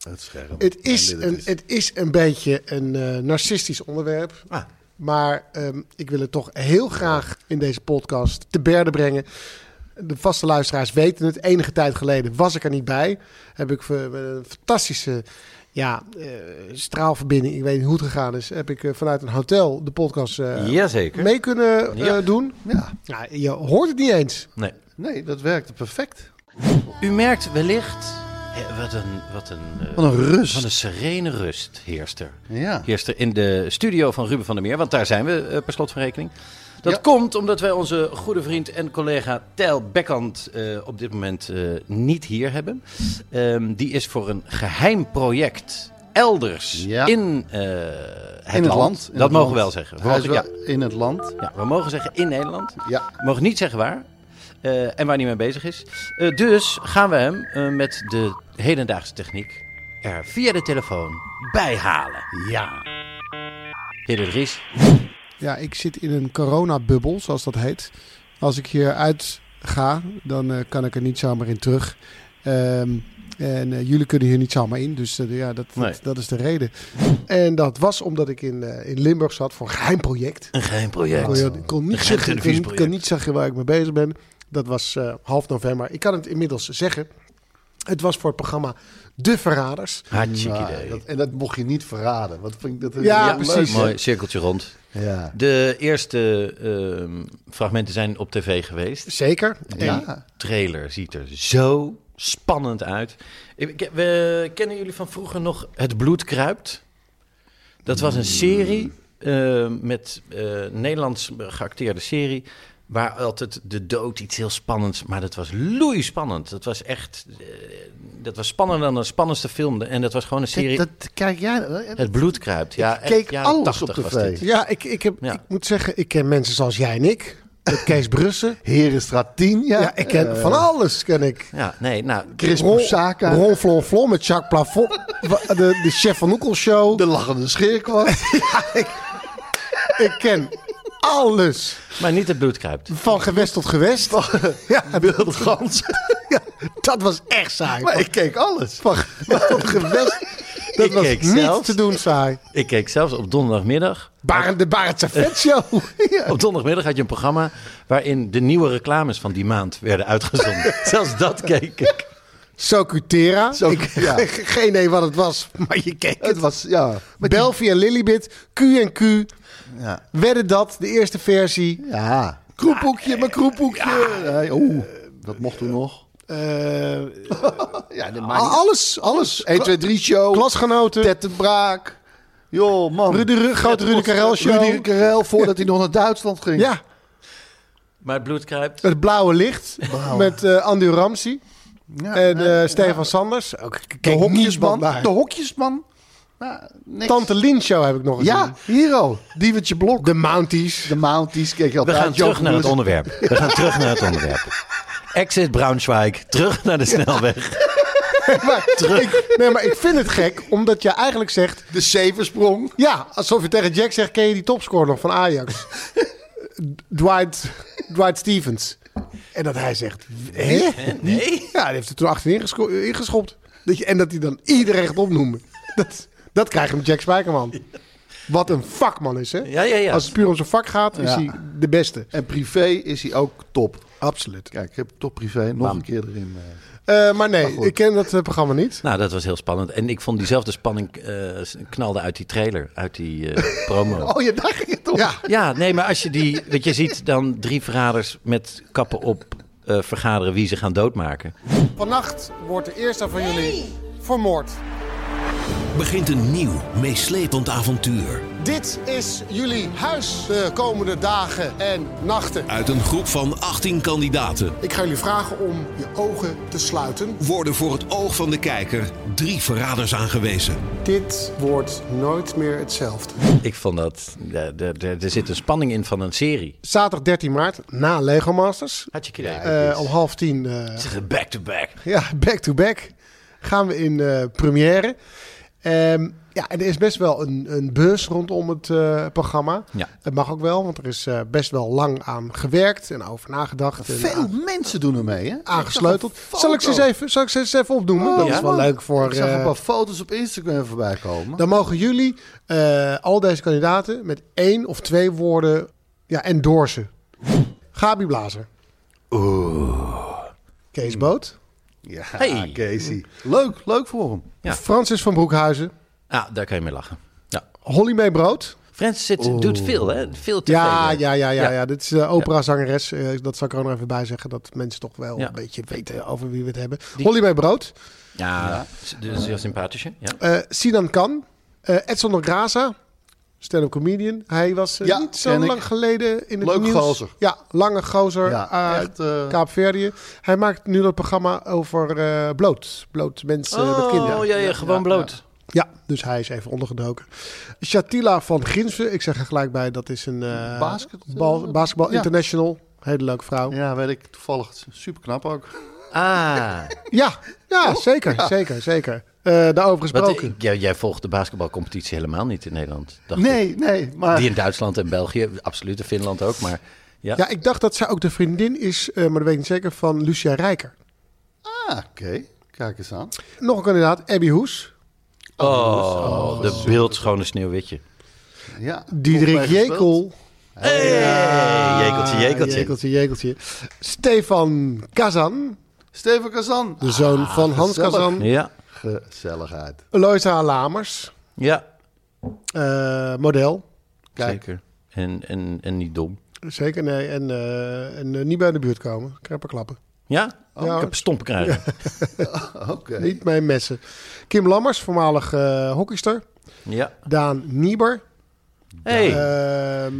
Speaker 2: Het scherm.
Speaker 3: het is,
Speaker 2: En dit
Speaker 3: een, het is een beetje een eh, narcistisch onderwerp.
Speaker 4: Ah.
Speaker 3: Maar ehm, ik wil het toch heel graag in deze podcast te berde brengen. De vaste luisteraars weten het. Enige tijd geleden was ik er niet bij. Heb ik eh, met een fantastische ja, eh, straalverbinding, ik weet niet hoe het gegaan is, heb ik eh, vanuit een hotel de podcast eh,
Speaker 4: Jazeker.
Speaker 3: mee kunnen eh,
Speaker 4: Ja.
Speaker 3: doen.
Speaker 2: Ja,
Speaker 3: Ja, je hoort het niet eens.
Speaker 4: Nee.
Speaker 2: nee, dat werkte perfect.
Speaker 4: U merkt wellicht hè, wat een, wat een, eh,
Speaker 2: Wat een rust.
Speaker 4: wat een serene rust heerst er.
Speaker 2: Ja.
Speaker 4: Heerst er in de studio van Ruben van der Meer, want daar zijn we eh, per slot van rekening. Dat
Speaker 2: Ja.
Speaker 4: komt omdat wij onze goede vriend en collega Tijl Bekkant eh, op dit moment eh, niet hier hebben. Ehm, die is voor een geheim project elders
Speaker 2: Ja.
Speaker 4: in, eh, het, land.
Speaker 2: in het land. in
Speaker 4: Dat mogen
Speaker 2: het
Speaker 4: we
Speaker 2: land.
Speaker 4: wel zeggen. We
Speaker 2: Hij is
Speaker 4: mogen,
Speaker 2: wel
Speaker 4: ja,
Speaker 2: in het land.
Speaker 4: ja, we mogen zeggen in Nederland.
Speaker 2: Ja.
Speaker 4: We mogen niet zeggen waar. eh, en waar hij mee bezig is. Eh, dus gaan we hem eh, met de hedendaagse techniek er via de telefoon bij halen. Ja. Peter Dries.
Speaker 3: Ja, ik zit in een coronabubbel, zoals dat heet. Als ik hier uit ga, dan eh, kan ik er niet zomaar in terug. Ehm, en eh, jullie kunnen hier niet zomaar in, dus eh, ja, dat,
Speaker 4: Nee.
Speaker 3: dat, dat is de reden. En dat was omdat ik in, eh, in Limburg zat voor een geheim project.
Speaker 4: Een geheim
Speaker 3: Ik kon,
Speaker 4: project.
Speaker 3: ik kon niet
Speaker 4: Een
Speaker 3: zeggen, ik kon, niet-
Speaker 4: televisieproject.
Speaker 3: kon niet zeggen waar ik mee bezig ben. Dat was eh, half november. Ik kan het inmiddels zeggen. Het was voor het programma De Verraders.
Speaker 4: Hartstikke
Speaker 2: Ah,
Speaker 4: idee.
Speaker 2: dat, en dat mocht je niet verraden. Wat vind ik dat een-
Speaker 3: Ja,
Speaker 2: een leuk-
Speaker 3: precies.
Speaker 4: Mooi cirkeltje rond.
Speaker 2: Ja.
Speaker 4: De eerste ehm, fragmenten zijn op tv geweest.
Speaker 3: Zeker. En
Speaker 2: Ja.
Speaker 4: Trailer ziet er zo spannend uit. Ik- ik- We kennen jullie van vroeger nog Het bloed kruipt. Dat was
Speaker 2: Mm.
Speaker 4: een serie eh, met eh, Nederlands geacteerde serie. Waar altijd de dood iets heel spannends, maar dat was loeispannend. Dat was echt, eh, dat was spannender dan de spannendste film. En dat was gewoon een serie,
Speaker 2: Kijk, dat kijk jij.
Speaker 4: Het bloed kruipt. Ja, echt
Speaker 2: keek
Speaker 4: jaren
Speaker 2: alles op
Speaker 4: 80 was
Speaker 2: tv.
Speaker 4: dit.
Speaker 3: Ja, ik, ik, heb,
Speaker 4: Ja.
Speaker 3: ik moet zeggen, ik ken mensen zoals jij en ik. Met Kees Brussen.
Speaker 2: Herenstraat 10, ja.
Speaker 3: Ja, ik ken
Speaker 2: Eh,
Speaker 3: van alles, ken ik.
Speaker 4: Ja, nee, nou,
Speaker 2: Chris
Speaker 3: Ron,
Speaker 2: Moussaka.
Speaker 3: Ron Flon Flon met Jacques Plafond. Wa- De, de Chef van Oekel Show.
Speaker 2: De lachende scheerkwast.
Speaker 3: Ik ken alles.
Speaker 4: maar niet Het bloed kruipt.
Speaker 3: Van gewest tot gewest.
Speaker 2: ja, wilde gans.
Speaker 3: Ja, dat was echt saai.
Speaker 2: Maar ik keek alles.
Speaker 3: Van gewest tot gewest. Dat
Speaker 4: Ik
Speaker 3: was
Speaker 4: keek
Speaker 3: niet
Speaker 4: zelfs.
Speaker 3: te doen saai.
Speaker 4: Ik keek zelfs op donderdagmiddag
Speaker 3: Barend de Barend Savet Show. Ja.
Speaker 4: Op donderdagmiddag had je een programma waarin de nieuwe reclames van die maand werden uitgezonden. Zelfs dat keek ik.
Speaker 3: Socutera.
Speaker 2: Zo-
Speaker 3: ik,
Speaker 2: ja.
Speaker 3: Geen idee wat het was, maar je keek het.
Speaker 2: Het was, ja.
Speaker 3: Belvia en Lilibit, Q&Q,
Speaker 2: Ja.
Speaker 3: Wedden Dat, de eerste versie.
Speaker 2: ja. Eh, Kroephoekje, mijn kroephoekje. Nee, Oeh, dat mocht toen nog.
Speaker 3: Eh,
Speaker 2: Ja, dat
Speaker 3: al- alles, alles.
Speaker 2: 1, 2, 3 show.
Speaker 3: Klasgenoten.
Speaker 2: Ted en Braak. Joh, man.
Speaker 3: Rudy Ru- grote Rudy Karel show.
Speaker 2: Rudy Karel, voordat hij nog naar Duitsland ging.
Speaker 3: Ja,
Speaker 4: Maar het bloed kruipt.
Speaker 3: het blauwe licht met eh Andy Ramsey.
Speaker 2: Ja,
Speaker 3: en
Speaker 2: nee,
Speaker 3: eh,
Speaker 2: ja.
Speaker 3: Stefan Sanders, ook
Speaker 2: De
Speaker 3: keek
Speaker 2: hokjesman.
Speaker 3: niemand
Speaker 2: De
Speaker 3: naar.
Speaker 2: hokjesman. Ja, niks.
Speaker 3: Tante Lien show heb ik nog gezien.
Speaker 2: Ja, Hero.
Speaker 3: Diewertje Blok. De Mounties.
Speaker 2: De Mounties keek je
Speaker 4: We
Speaker 2: altijd.
Speaker 4: gaan terug
Speaker 2: Joop
Speaker 4: naar het
Speaker 2: Broers.
Speaker 4: onderwerp. We gaan terug naar het onderwerp. Exit Braunschweig, terug naar de snelweg.
Speaker 3: Ik- nee, maar ik vind het gek, omdat je eigenlijk zegt...
Speaker 2: De zeversprong.
Speaker 3: Ja, alsof je tegen Jack zegt, ken je die topscorer nog van Ajax? Dwight, Dwight Stevens. En dat hij zegt, hè?
Speaker 4: Nee.
Speaker 3: Ja, die heeft er toen achterin gescho- ingeschopt. Dat je, en dat hij dan iedereen gaat opnoemen. Dat, dat krijg je met Jack Spijkerman. Wat een vakman is, hè?
Speaker 4: Ja, ja, ja.
Speaker 3: Als het puur om zijn vak gaat, is
Speaker 2: Ja.
Speaker 3: hij de beste.
Speaker 2: En privé is hij ook top.
Speaker 3: Absoluut.
Speaker 2: Kijk, ik heb top privé nog een keer erin. eh.
Speaker 3: maar nee,
Speaker 2: goed.
Speaker 3: ik ken dat eh, programma niet.
Speaker 4: Nou, dat was heel spannend. En ik vond diezelfde spanning eh, knalde uit die trailer, uit die eh, promo.
Speaker 2: Oh ja, daar ging het om.
Speaker 3: Ja,
Speaker 4: Ja, nee, maar als je die, dat je ziet dan drie verraders met kappen op eh, vergaderen wie ze gaan doodmaken.
Speaker 3: vannacht wordt de eerste van jullie vermoord.
Speaker 6: begint een nieuw, meeslepend avontuur.
Speaker 3: Dit is jullie huis de komende dagen en nachten.
Speaker 6: Uit een groep van 18 kandidaten
Speaker 3: Ik ga jullie vragen om je ogen te sluiten.
Speaker 6: worden voor het oog van de kijker drie verraders aangewezen.
Speaker 3: Dit wordt nooit meer hetzelfde.
Speaker 4: Ik vond dat, eh, d- d- er zit een spanning in van een serie.
Speaker 3: Zaterdag 13 maart na Lego Masters.
Speaker 4: Had je idee?
Speaker 3: eh, om half tien eh,
Speaker 4: back to back.
Speaker 3: Ja, back to back. Gaan we in eh, première. Ehm, ja, en er is best wel een, een bus rondom het eh, programma.
Speaker 4: Ja.
Speaker 3: Het mag ook wel, want er is eh, best wel lang aan gewerkt en over nagedacht. en
Speaker 2: Veel
Speaker 3: aan-
Speaker 2: mensen doen ermee, hè?
Speaker 3: aangesleuteld.
Speaker 2: Ik zag een
Speaker 3: Zal ik ze eens
Speaker 2: foto.
Speaker 3: even, zal ik ze eens even opdoemen? dat
Speaker 4: ja.
Speaker 3: is wel
Speaker 2: man.
Speaker 3: leuk voor...
Speaker 2: Ik zag een
Speaker 3: eh,
Speaker 2: paar foto's op Instagram voorbij komen.
Speaker 3: dan mogen jullie eh, al deze kandidaten met één of twee woorden ja, endorsen. Gabi Blazer. Oeh. Kees Boot.
Speaker 2: Ja,
Speaker 4: Hey.
Speaker 2: Casey. Leuk, leuk voor hem.
Speaker 4: Ja.
Speaker 3: Francis van Broekhuizen.
Speaker 4: Ah, daar kan je mee lachen. Ja.
Speaker 3: Holly May Brood.
Speaker 4: Frans zit, doet veel, hè? Veel te
Speaker 3: Ja,
Speaker 4: veel.
Speaker 3: ja, ja, ja,
Speaker 4: Ja.
Speaker 3: ja, Dit is de operazangeres. Eh, dat zal ik er ook nog even bij zeggen. Dat mensen toch wel
Speaker 4: Ja.
Speaker 3: een beetje weten over wie we het hebben. Holly May Brood.
Speaker 4: Ja, ze- dus heel sympathisch, hè? Ja.
Speaker 3: eh Sinan Kan. eh Edson de Graza. Stand-up comedian. Hij was eh,
Speaker 2: Ja,
Speaker 3: niet zo
Speaker 2: ken ik.
Speaker 3: lang geleden in het
Speaker 2: Leuk
Speaker 3: nieuws.
Speaker 2: gozer.
Speaker 3: Ja, lange gozer.
Speaker 2: Ja,
Speaker 3: eh,
Speaker 2: echt, eh,
Speaker 3: Kaapverdië. Hij maakt nu dat programma over eh, bloot. Bloot mensen met kinderen.
Speaker 4: Oh, ja, ja, gewoon bloot.
Speaker 3: Ja, dus hij is even ondergedoken. Shatila van Ginsen, ik zeg er gelijk bij, dat is een eh,
Speaker 2: Basket-
Speaker 3: bal- basketbal
Speaker 2: Ja.
Speaker 3: international. Hele leuke vrouw. Ja,
Speaker 2: Ja, weet ik. Toevallig. Super knap ook.
Speaker 4: Ah,
Speaker 3: ja, zeker, zeker, zeker. Eh daarover
Speaker 4: wat,
Speaker 3: gesproken.
Speaker 4: ik- ja, jij volgt de basketbalcompetitie helemaal niet in Nederland. dacht ik.
Speaker 2: Nee, nee. Maar
Speaker 4: Die in Duitsland en België, absoluut, in Finland ook, maar... Ja,
Speaker 3: Ja, ik dacht dat zij ook de vriendin is, eh, maar dat weet ik niet zeker, van Lucia Rijker.
Speaker 2: Ah, oké. Kijk eens aan.
Speaker 3: Nog een kandidaat, Abby Hoes.
Speaker 4: Oh, de beeldschone sneeuwwitje.
Speaker 2: Ja, Nog
Speaker 3: Diederik
Speaker 2: mee gespeeld.
Speaker 3: Jekel.
Speaker 4: Hey, jekeltje,
Speaker 3: Ah, jekeltje, jekeltje. Stefan Kazan,
Speaker 2: Steven Kazan.
Speaker 3: de zoon van Hans
Speaker 2: Ah, gezellig.
Speaker 3: Kazan.
Speaker 4: Ja,
Speaker 2: Gezelligheid.
Speaker 3: Eloisa Lamers,
Speaker 4: ja.
Speaker 3: eh, model.
Speaker 2: Kijk.
Speaker 4: Zeker. En, en, en niet dom.
Speaker 3: Zeker, nee. En, eh, en eh, niet bij de buurt komen. Kreppen klappen.
Speaker 4: Ja?
Speaker 3: Ja.
Speaker 4: Ik heb een stomp krijgen.
Speaker 2: Oké.
Speaker 3: Niet mee messen. Kim Lammers, voormalig eh, hockeyster.
Speaker 4: Ja.
Speaker 3: Daan Nieber.
Speaker 4: Hey.
Speaker 3: Ehm,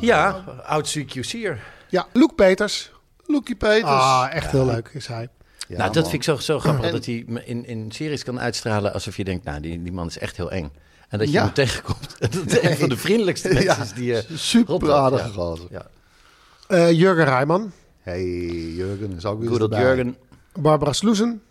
Speaker 4: ja, oud CQC'er.
Speaker 3: ja, Loek Peters.
Speaker 2: Loekie Peters.
Speaker 3: Ah, echt heel leuk is hij.
Speaker 2: Ja,
Speaker 4: nou, dat
Speaker 2: man.
Speaker 4: vind ik zo, zo grappig. Dat hij me in, in series kan uitstralen alsof je denkt, nou, die, die man is echt heel eng. En dat je
Speaker 2: Ja.
Speaker 4: hem tegenkomt. Dat het een van de vriendelijkste mensen is die je...
Speaker 2: Super aardige
Speaker 4: ja.
Speaker 2: gozer.
Speaker 4: Ja.
Speaker 3: Eh, Jurgen Rijman.
Speaker 2: Hey, Jurgen is ook weer
Speaker 4: Good old
Speaker 2: erbij.
Speaker 4: Jurgen.
Speaker 3: Barbara Sloezen.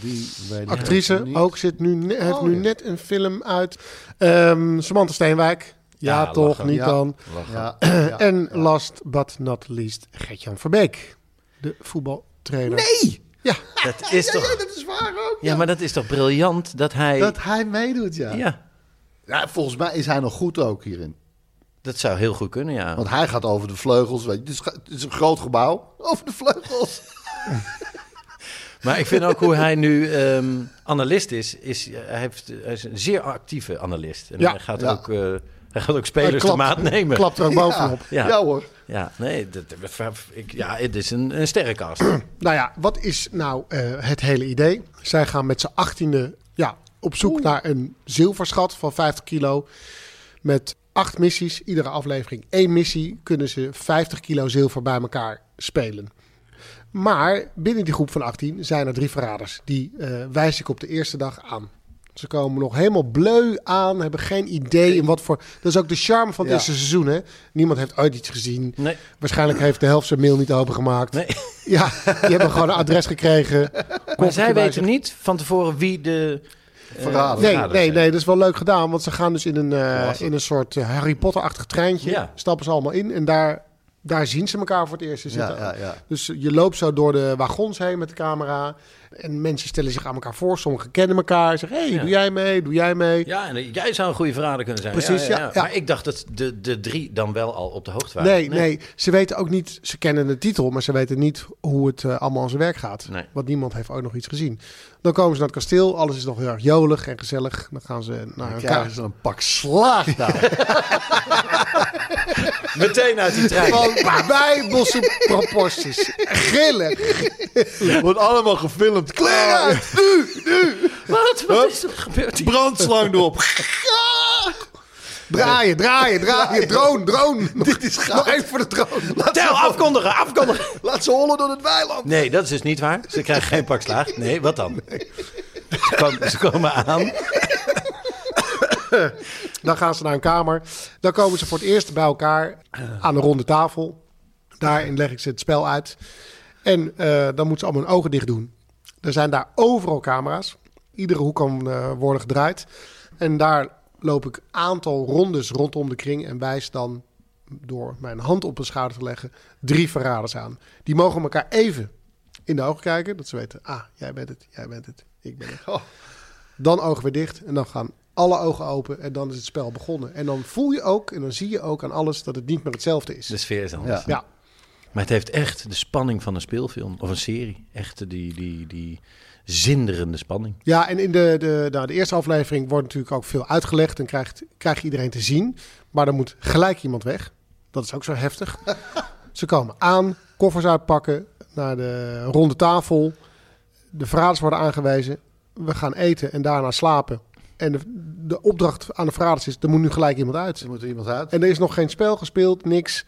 Speaker 2: Die weet ik
Speaker 3: Actrice.
Speaker 2: niet.
Speaker 3: ook zit nu, ne- heeft
Speaker 2: Oh,
Speaker 3: nu
Speaker 2: ja.
Speaker 3: net een film uit. Ehm Samantha Steenwijk. Ja,
Speaker 4: Ja,
Speaker 3: toch,
Speaker 4: lachen.
Speaker 3: niet
Speaker 2: Ja.
Speaker 3: dan.
Speaker 2: Ja, ja.
Speaker 3: Eh, en last but not least, Gertjan Verbeek. De voetbaltrainer.
Speaker 2: Nee!
Speaker 3: Ja,
Speaker 4: Dat is
Speaker 2: Ja,
Speaker 4: toch...
Speaker 2: dat is waar ook.
Speaker 4: Ja, maar dat is toch briljant dat hij...
Speaker 2: Dat hij meedoet, ja.
Speaker 4: Ja,
Speaker 2: Ja, Volgens mij is hij nog goed ook hierin.
Speaker 4: dat zou heel goed kunnen, ja.
Speaker 2: Want hij gaat over de vleugels. Weet je. Het, is, het is een groot gebouw. Over de vleugels.
Speaker 4: Maar ik vind ook hoe hij nu ehm, analist is. is eh, hij, heeft, hij is een zeer actieve analist. En
Speaker 3: Ja,
Speaker 4: hij, gaat
Speaker 2: ja.
Speaker 4: ook, eh, hij gaat ook spelers
Speaker 3: Hij
Speaker 4: de
Speaker 3: klapt-
Speaker 4: maat nemen.
Speaker 3: klapt er ook bovenop.
Speaker 4: Ja.
Speaker 2: ja hoor.
Speaker 4: Ja, nee, dat, ik, ja, het is een, een sterrenkast.
Speaker 3: Nou ja, wat is nou eh, het hele idee? Zij gaan met z'n achttiende ja, op zoek naar een zilverschat van 50 kilo. Met acht missies, iedere aflevering één missie, kunnen ze 50 kilo zilver bij elkaar spelen. Maar binnen die groep van 18 zijn er drie verraders. Die eh, wijs ik op de eerste dag aan. Ze komen nog helemaal bleu aan, hebben geen idee in wat voor... Dat is ook de charme van het
Speaker 2: Ja.
Speaker 3: eerste seizoen, hè? Niemand heeft ooit iets gezien.
Speaker 4: Nee.
Speaker 3: Waarschijnlijk heeft de helft zijn mail niet opengemaakt.
Speaker 4: Nee.
Speaker 3: Ja, die hebben gewoon een adres gekregen.
Speaker 4: Maar zij
Speaker 3: Koffie
Speaker 4: weten niet van tevoren wie de...
Speaker 2: Verraden.
Speaker 3: eh, Nee,
Speaker 4: Vergaderd
Speaker 3: nee,
Speaker 4: zijn.
Speaker 3: nee, dat is wel leuk gedaan. Want ze gaan dus in een, eh, in een soort eh, Harry Potter-achtig treintje.
Speaker 4: Ja.
Speaker 3: Stappen ze allemaal in en daar, daar zien ze elkaar voor het eerst. Ze
Speaker 2: Ja,
Speaker 3: zitten-
Speaker 2: ja, ja.
Speaker 3: Dus je loopt zo door de wagons heen met de camera. En mensen stellen zich aan elkaar voor. Sommigen kennen elkaar. Zeggen, hey, doe jij mee? Doe jij mee?
Speaker 4: Ja, en jij zou een goede verrader kunnen zijn.
Speaker 3: Precies, ja, ja.
Speaker 4: Maar ik dacht dat de, de drie dan wel al op de hoogte waren.
Speaker 3: Nee, nee, ze weten ook niet, ze kennen de titel, maar ze weten niet hoe het eh, allemaal aan zijn werk gaat.
Speaker 4: Nee.
Speaker 3: Want niemand heeft ook nog iets gezien. Dan komen ze naar het kasteel, alles is nog heel erg jolig en gezellig. Dan gaan ze naar een
Speaker 2: krijgen
Speaker 3: kaart.
Speaker 2: ze een pak slaag daar.
Speaker 4: Meteen uit die trein.
Speaker 3: Van bijbelse proporties. Grillen.
Speaker 2: Wordt allemaal gefilmd. Kleren uit,
Speaker 4: Wat? Wat is er gebeurd hier?
Speaker 2: brandslang erop.
Speaker 3: Ah! Draaien, draaien, draaien. Drone, drone.
Speaker 2: Dit is gaaf.
Speaker 3: Nog even voor de drone.
Speaker 4: Tel, afkondigen, afkondigen.
Speaker 2: Laat ze hollen door het weiland.
Speaker 4: Nee, dat is dus niet waar. Ze krijgen geen pak slaag. Nee, wat dan? Ze, kwam- ze komen aan.
Speaker 3: Dan gaan ze naar een kamer. Dan komen ze voor het eerst bij elkaar aan een ronde tafel. Daarin leg ik ze het spel uit. En eh, dan moeten ze allemaal hun ogen dicht doen. Er zijn daar overal camera's. Iedere hoek kan eh, worden gedraaid. En daar loop ik aantal rondes rondom de kring en wijs dan door mijn hand op een schouder te leggen drie verraders aan. Die mogen elkaar even in de ogen kijken, dat ze weten: ah, jij bent het, jij bent het, ik ben het. Dan ogen weer dicht en dan gaan alle ogen open en dan is het spel begonnen. En dan voel je ook en dan zie je ook aan alles dat het niet meer hetzelfde is.
Speaker 4: De
Speaker 2: Dus,
Speaker 4: sfeer is anders.
Speaker 3: ja.
Speaker 4: Maar het heeft echt de spanning van een speelfilm of een serie. Echt die, die, die zinderende spanning.
Speaker 3: Ja, en in de, de, nou, de eerste aflevering wordt natuurlijk ook veel uitgelegd en krijgt, krijgt iedereen te zien. Maar er moet gelijk iemand weg. Dat is ook zo heftig. Ze komen aan, koffers uitpakken, naar de ronde tafel. De verraders worden aangewezen. We gaan eten en daarna slapen. En de, de opdracht aan de verraders is, er moet nu gelijk iemand uit.
Speaker 2: Er moet er iemand uit.
Speaker 3: En er is nog geen spel gespeeld, niks.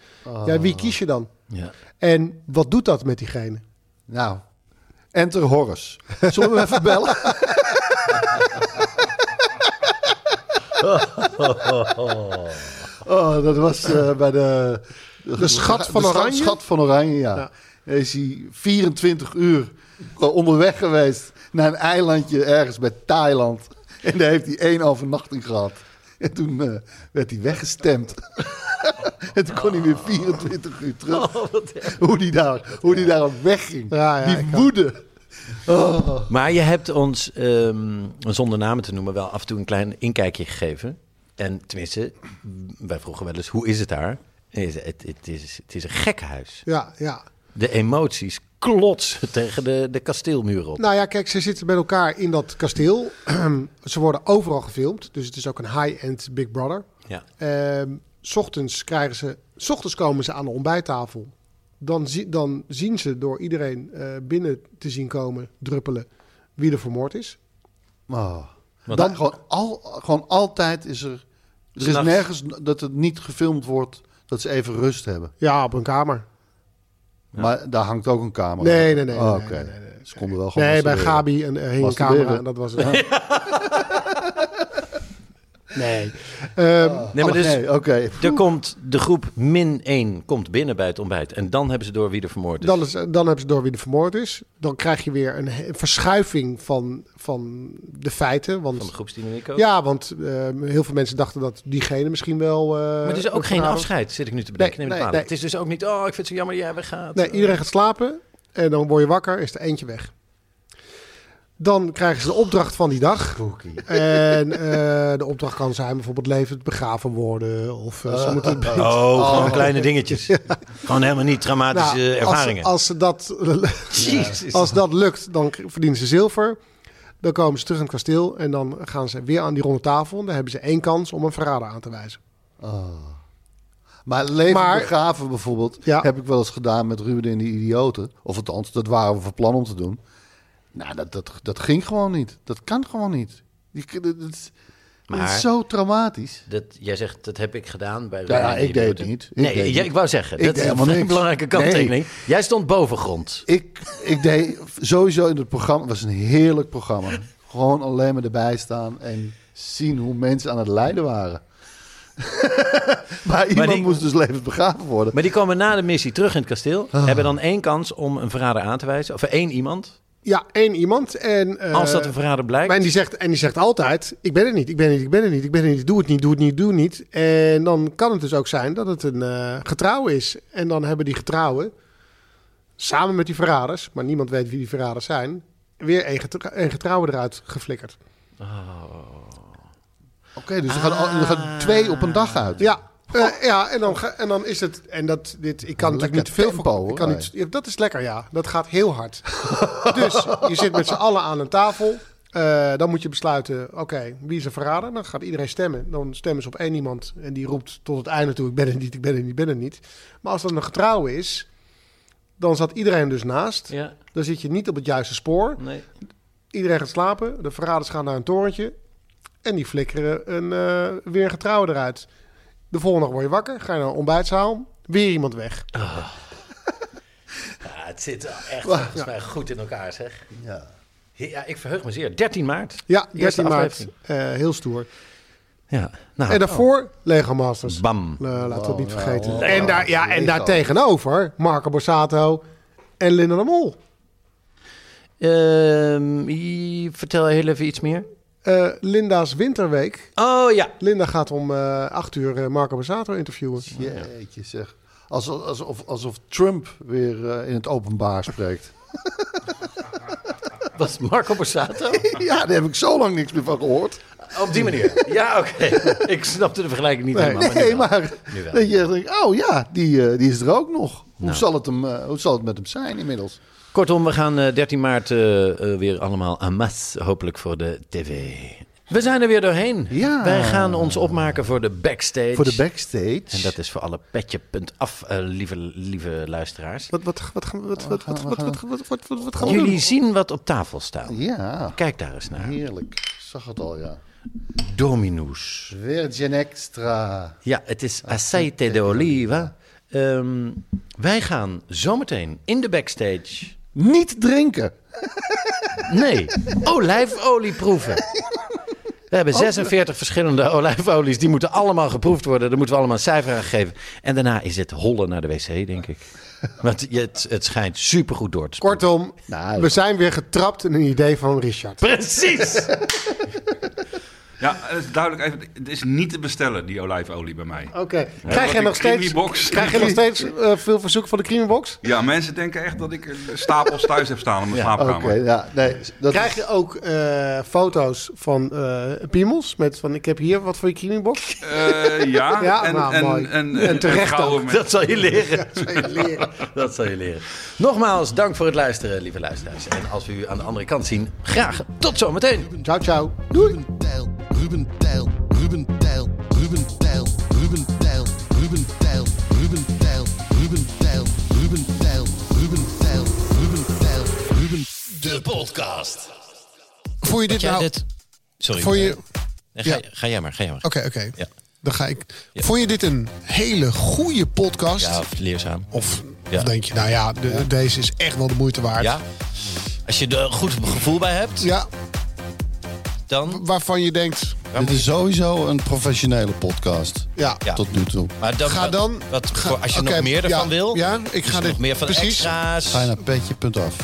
Speaker 3: Ja,
Speaker 2: Ah.
Speaker 3: wie kies je dan?
Speaker 4: Ja.
Speaker 3: En wat doet dat met diegene?
Speaker 2: Nou, enter Horus. Zullen we hem even bellen? Oh, dat was eh, bij de...
Speaker 3: De Schat van
Speaker 2: de
Speaker 3: Oranje?
Speaker 2: Schat van Oranje, ja.
Speaker 3: Ja.
Speaker 2: Daar Is hij 24 uur eh, onderweg geweest naar een eilandje ergens bij Thailand. En daar heeft hij één overnachting gehad. En toen eh, werd hij weggestemd. en toen kon hij weer 24 uur terug. hoe die daar, hoe die daar op wegging.
Speaker 3: Ja, ja,
Speaker 2: die
Speaker 3: ik
Speaker 2: woede. Oh.
Speaker 4: Maar je hebt ons, ehm, zonder namen te noemen, wel af en toe een klein inkijkje gegeven. En tenminste, wij vroegen wel eens, hoe is het daar? En je zei, Het, het, is, het is een gek huis.
Speaker 3: Ja, ja.
Speaker 4: De emoties klotsen tegen de, de kasteelmuren op.
Speaker 3: Nou ja, kijk, ze zitten met elkaar in dat kasteel. ze worden overal gefilmd, dus het is ook een high-end Big Brother.
Speaker 4: Ja.
Speaker 3: Ehm, 's ochtends krijgen ze, 's ochtends komen ze aan de ontbijttafel. Dan, zie- dan zien ze door iedereen eh, binnen te zien komen, druppelen, wie er vermoord is.
Speaker 2: Oh.
Speaker 4: Want-
Speaker 2: dan gewoon, al, gewoon altijd is er. Er is
Speaker 4: S'nachts.
Speaker 2: nergens dat het niet gefilmd wordt dat ze even rust hebben.
Speaker 3: Ja, op hun kamer.
Speaker 2: Maar daar hangt ook een camera.
Speaker 3: Nee, nee, nee,
Speaker 2: Oh,
Speaker 3: nee,
Speaker 2: Oké.
Speaker 3: nee, nee,
Speaker 2: Ze konden wel gewoon.
Speaker 3: Nee, bij
Speaker 2: masturberen.
Speaker 3: Gabi en, er hing een
Speaker 2: Masturberen.
Speaker 3: camera en dat was het. nee. Ehm,
Speaker 4: Nee, maar
Speaker 2: Oh,
Speaker 4: dus,
Speaker 2: nee, oké.
Speaker 4: er komt de groep min 1 komt binnen bij het ontbijt. En dan hebben ze door wie er vermoord is.
Speaker 3: Dan, is, dan hebben ze door wie de vermoord is. Dan krijg je weer een he- verschuiving van, van de feiten. Want,
Speaker 4: Van de groepsdynamiek ook.
Speaker 3: Ja, want eh, heel veel mensen dachten dat diegene misschien wel... eh,
Speaker 4: Maar het is ook
Speaker 3: een
Speaker 4: geen
Speaker 3: verrader-
Speaker 4: afscheid, zit ik nu te bedenken.
Speaker 3: Nee,
Speaker 4: Neem het,
Speaker 3: nee,
Speaker 4: kwalijk.
Speaker 3: nee.
Speaker 4: het is dus ook niet, oh, ik vind het zo jammer dat jij weggaat.
Speaker 3: Nee, iedereen gaat slapen en dan word je wakker, is er eentje weg. Dan krijgen ze de opdracht van die dag. En eh, de opdracht kan zijn bijvoorbeeld levend begraven worden. Of eh, ze moeten
Speaker 4: Oh, gewoon kleine dingetjes. Gewoon helemaal niet traumatische
Speaker 3: Nou, als ze-
Speaker 4: eh, ervaringen.
Speaker 3: Als, ze dat,
Speaker 4: Jezus.
Speaker 3: als dat lukt, dan k- verdienen ze zilver. Dan komen ze terug in het kasteel en dan gaan ze weer aan die ronde tafel. En dan hebben ze één kans om een verrader aan te wijzen.
Speaker 2: Maar leven
Speaker 3: Maar-
Speaker 2: begraven bijvoorbeeld
Speaker 3: Ja.
Speaker 2: heb ik wel eens gedaan met Ruben en de Idioten. Of althans, dat waren we van plan om te doen. Nou, dat, dat, dat ging gewoon niet. Dat kan gewoon niet. Die, dat, dat- Het
Speaker 4: Maar
Speaker 2: is zo traumatisch.
Speaker 4: dat, jij zegt, dat heb ik gedaan. Bij
Speaker 2: Ja, ja,
Speaker 4: Roemenië.
Speaker 2: ik deed het niet. Ik
Speaker 4: nee,
Speaker 2: deed
Speaker 4: ik,
Speaker 2: het
Speaker 4: ik
Speaker 2: niet.
Speaker 4: wou zeggen,
Speaker 2: Ik
Speaker 4: dat is
Speaker 2: deed
Speaker 4: een
Speaker 2: helemaal niks.
Speaker 4: belangrijke kanttekening. Jij stond bovengrond.
Speaker 2: Ik, ik deed sowieso in het programma, het was een heerlijk programma. Gewoon alleen maar erbij staan en zien hoe mensen aan het lijden waren. maar iemand
Speaker 4: die-
Speaker 2: moest dus levend begraven worden.
Speaker 4: Maar die komen na de missie terug in het kasteel.
Speaker 2: Ah.
Speaker 4: Hebben dan één kans om een verrader aan te wijzen. Of één iemand.
Speaker 3: Ja, één iemand. En, eh,
Speaker 4: Als dat een verrader blijkt.
Speaker 3: maar en, die zegt, en die zegt altijd, ik ben het niet, ik ben het niet, ik ben het niet, ik ben het niet, doe het niet, doe het niet, doe het niet. En dan kan het dus ook zijn dat het een eh getrouw is. En dan hebben die getrouwen, samen met die verraders, maar niemand weet wie die verraders zijn, weer een, getra- een getrouwe eruit geflikkerd.
Speaker 2: Oké, dus er gaan, al- er
Speaker 4: Ah.
Speaker 2: gaan twee op een dag uit.
Speaker 3: Ja, eh, ja en, dan, ga- en dan is het. En dat, dit, ik kan natuurlijk niet te veel
Speaker 2: tempo,
Speaker 3: voor- ik kan
Speaker 2: hoor.
Speaker 3: niet, ja, Dat is lekker, ja. Dat gaat heel hard. dus je zit met z'n allen aan een tafel. Eh, dan moet je besluiten, oké, wie is een verrader? Dan gaat iedereen stemmen. Dan stemmen ze op één iemand en die roept tot het einde toe... ik ben het niet, ik ben het niet, ik ben het niet. Maar als dat een getrouw is, dan zat iedereen dus naast.
Speaker 4: Ja,
Speaker 3: Dan zit je niet op het juiste spoor.
Speaker 4: nee.
Speaker 3: Iedereen gaat slapen. De verraders gaan naar een torentje. En die flikkeren een, eh, weer een getrouwe eruit. De volgende dag word je wakker. Ga je naar een ontbijtzaal. Weer iemand weg.
Speaker 4: Ja, het zit wel echt volgens mij goed in elkaar, zeg.
Speaker 2: Ja.
Speaker 4: Ja, ik verheug me zeer. 13 maart.
Speaker 3: Ja,
Speaker 4: Eerste
Speaker 3: 13 maart.
Speaker 4: aflevering.
Speaker 3: Eh, heel stoer.
Speaker 4: Ja, nou.
Speaker 3: En daarvoor Lego Masters.
Speaker 4: Bam.
Speaker 3: Eh, laten we het niet vergeten.
Speaker 2: wow.
Speaker 3: en daar, ja, en
Speaker 2: Lego.
Speaker 3: daar tegenover Marco Borsato en Linda de Mol.
Speaker 4: Ehm, i- vertel heel even iets meer.
Speaker 3: Eh, Linda's winterweek.
Speaker 4: Oh ja.
Speaker 3: Linda gaat om eh 8 uur eh, Marco Borsato interviewen.
Speaker 2: Jeetje zeg. Alsof, alsof, alsof Trump weer eh, in het openbaar spreekt.
Speaker 4: Was Marco Borsato?
Speaker 2: ja, daar heb ik zo lang niks meer van gehoord.
Speaker 4: Op die manier. Ja, oké. Ik snapte de vergelijking niet
Speaker 2: Nee,
Speaker 4: helemaal.
Speaker 2: maar,
Speaker 4: maar nu wel. Nu wel. Nou.
Speaker 2: dat je echt denkt, oh ja, die, eh, die is er ook nog. Hoe, zal het hem, eh, hoe zal het met hem zijn inmiddels?
Speaker 4: Kortom, we gaan eh, 13 maart eh, eh, weer allemaal aan mas, hopelijk voor de tv. We zijn er weer doorheen.
Speaker 2: Ja.
Speaker 4: Wij gaan ons opmaken voor de backstage.
Speaker 2: Voor de backstage.
Speaker 4: En dat is voor alle petje.af, eh lieve, lieve luisteraars.
Speaker 3: Wat, wat, wat, gaan we- wat, wat, wat, wat, wat, wat, wat, wat- wat gaan we
Speaker 4: Jullie
Speaker 3: doen?
Speaker 4: zien wat op tafel staat.
Speaker 2: Ja,
Speaker 4: Kijk daar eens naar.
Speaker 2: heerlijk. Ik Zag het al, ja.
Speaker 4: Domino's.
Speaker 2: Virgin Extra.
Speaker 4: Ja, het is aceite de oliva. Ehm, wij gaan zometeen in de backstage.
Speaker 2: Niet drinken.
Speaker 4: Nee, olijfolie proeven. We hebben 46 verschillende olijfolies. Die moeten allemaal geproefd worden. Daar moeten we allemaal een cijfer aan geven. En daarna is het hollen naar de wc, denk ik. Want je- het, het schijnt supergoed door te spoelen.
Speaker 3: Kortom,
Speaker 2: Nou,
Speaker 3: we zijn weer getrapt in een idee van Richard.
Speaker 4: Precies!
Speaker 5: Ja, het is duidelijk even. Het is niet te bestellen, die olijfolie bij mij.
Speaker 3: Oké. Krijg
Speaker 5: want
Speaker 3: je
Speaker 5: die
Speaker 3: nog steeds,
Speaker 5: creamybox-
Speaker 3: krijg je nog steeds eh, veel verzoeken van de Creamybox?
Speaker 5: Ja, mensen denken echt dat ik eh, stapels thuis heb staan in mijn
Speaker 2: Oké,
Speaker 5: slaapkamer.
Speaker 2: ja. Nee, dat
Speaker 3: Krijg je ook eh, foto's van eh piemels? Met van, ik heb hier wat voor je Creamybox.
Speaker 5: Eh, ja,
Speaker 3: Ja,
Speaker 5: en,
Speaker 3: nou,
Speaker 5: en,
Speaker 3: mooi.
Speaker 5: en,
Speaker 3: En terecht
Speaker 5: gouden
Speaker 3: ook.
Speaker 5: met-
Speaker 4: Dat zal je leren.
Speaker 3: leren.
Speaker 4: Dat zal je leren. Nogmaals, dank voor het luisteren, lieve luisteraars. En als we u aan de andere kant zien, graag tot zometeen.
Speaker 3: Ciao, ciao.
Speaker 7: Ruben Tijl, Ruben Tijl, Ruben Tijl, Ruben Tijl, Ruben Tijl, Ruben Tijl, Ruben Tijl, Ruben Tijl, Ruben Tijl, Ruben Tijl, Ruben Tijl, Ruben. De podcast.
Speaker 3: Voel je dit
Speaker 8: Jij
Speaker 3: nou...
Speaker 8: dit? Sorry.
Speaker 3: Voor je...
Speaker 8: eh, nee, ga,
Speaker 3: ja.
Speaker 8: ga jij maar, ga jij maar.
Speaker 3: Oké, oké.
Speaker 8: Ja.
Speaker 3: Dan ga ik... Vond je dit een hele goede podcast?
Speaker 8: Ja, of leerzaam.
Speaker 3: Of,
Speaker 8: Ja.
Speaker 3: of denk je, nou ja, de- deze is echt wel de moeite waard.
Speaker 8: Ja? Als je er een goed gevoel bij hebt,
Speaker 3: Ja,
Speaker 8: dan...
Speaker 3: waarvan je denkt...
Speaker 7: Dit is sowieso een professionele podcast.
Speaker 3: Ja,
Speaker 8: Ja.
Speaker 7: Tot nu toe.
Speaker 8: Maar dan,
Speaker 3: Ga dan-
Speaker 8: Wat, wat
Speaker 3: ga-
Speaker 8: voor- als je
Speaker 3: oké,
Speaker 8: nog meer ervan
Speaker 3: ja,
Speaker 8: wil,
Speaker 3: ja, ik
Speaker 8: dus
Speaker 3: ga dit-
Speaker 8: nog meer van
Speaker 3: precies.
Speaker 8: extra's,
Speaker 7: Ga je naar petje.af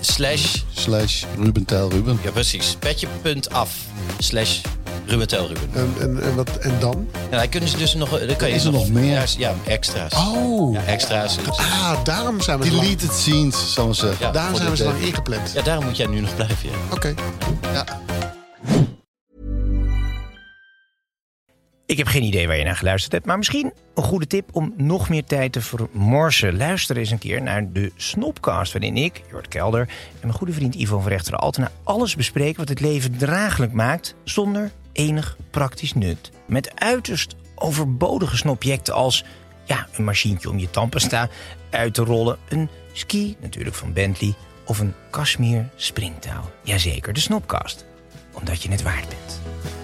Speaker 8: slash,
Speaker 7: slash Ruben Tijl Ruben.
Speaker 8: ja precies, petje.af, slash Ruben Tel Ruben.
Speaker 3: En, en, en, wat, en dan?
Speaker 8: En dan kunnen ze dus nog, dan kan je
Speaker 7: Is er nog meer?
Speaker 8: Ja, Ja, extra's.
Speaker 3: Oh.
Speaker 8: Ja, extra's.
Speaker 3: Ah, daarom zijn we zo lang,
Speaker 7: Deleted scenes, zal ik maar zeggen.
Speaker 8: Ja,
Speaker 3: daarom
Speaker 8: voor
Speaker 3: zijn we
Speaker 8: dit,
Speaker 3: zo lang
Speaker 8: eh,
Speaker 3: ingepland.
Speaker 8: Ja, daarom moet jij nu nog blijven, ja.
Speaker 3: Oké.
Speaker 9: Ik heb geen idee waar je naar geluisterd hebt, maar misschien een goede tip om nog meer tijd te vermorsen. Luister eens een keer naar de Snopcast, waarin ik, Jort Kelder en mijn goede vriend Ivo van Rechteren Altena alles bespreken wat het leven draaglijk maakt zonder enig praktisch nut. Met uiterst overbodige snobjecten als ja, een machientje om je tandpasta uit te rollen, een ski natuurlijk van Bentley of een Kashmir springtouw. Jazeker, de Snopcast, omdat je het waard bent.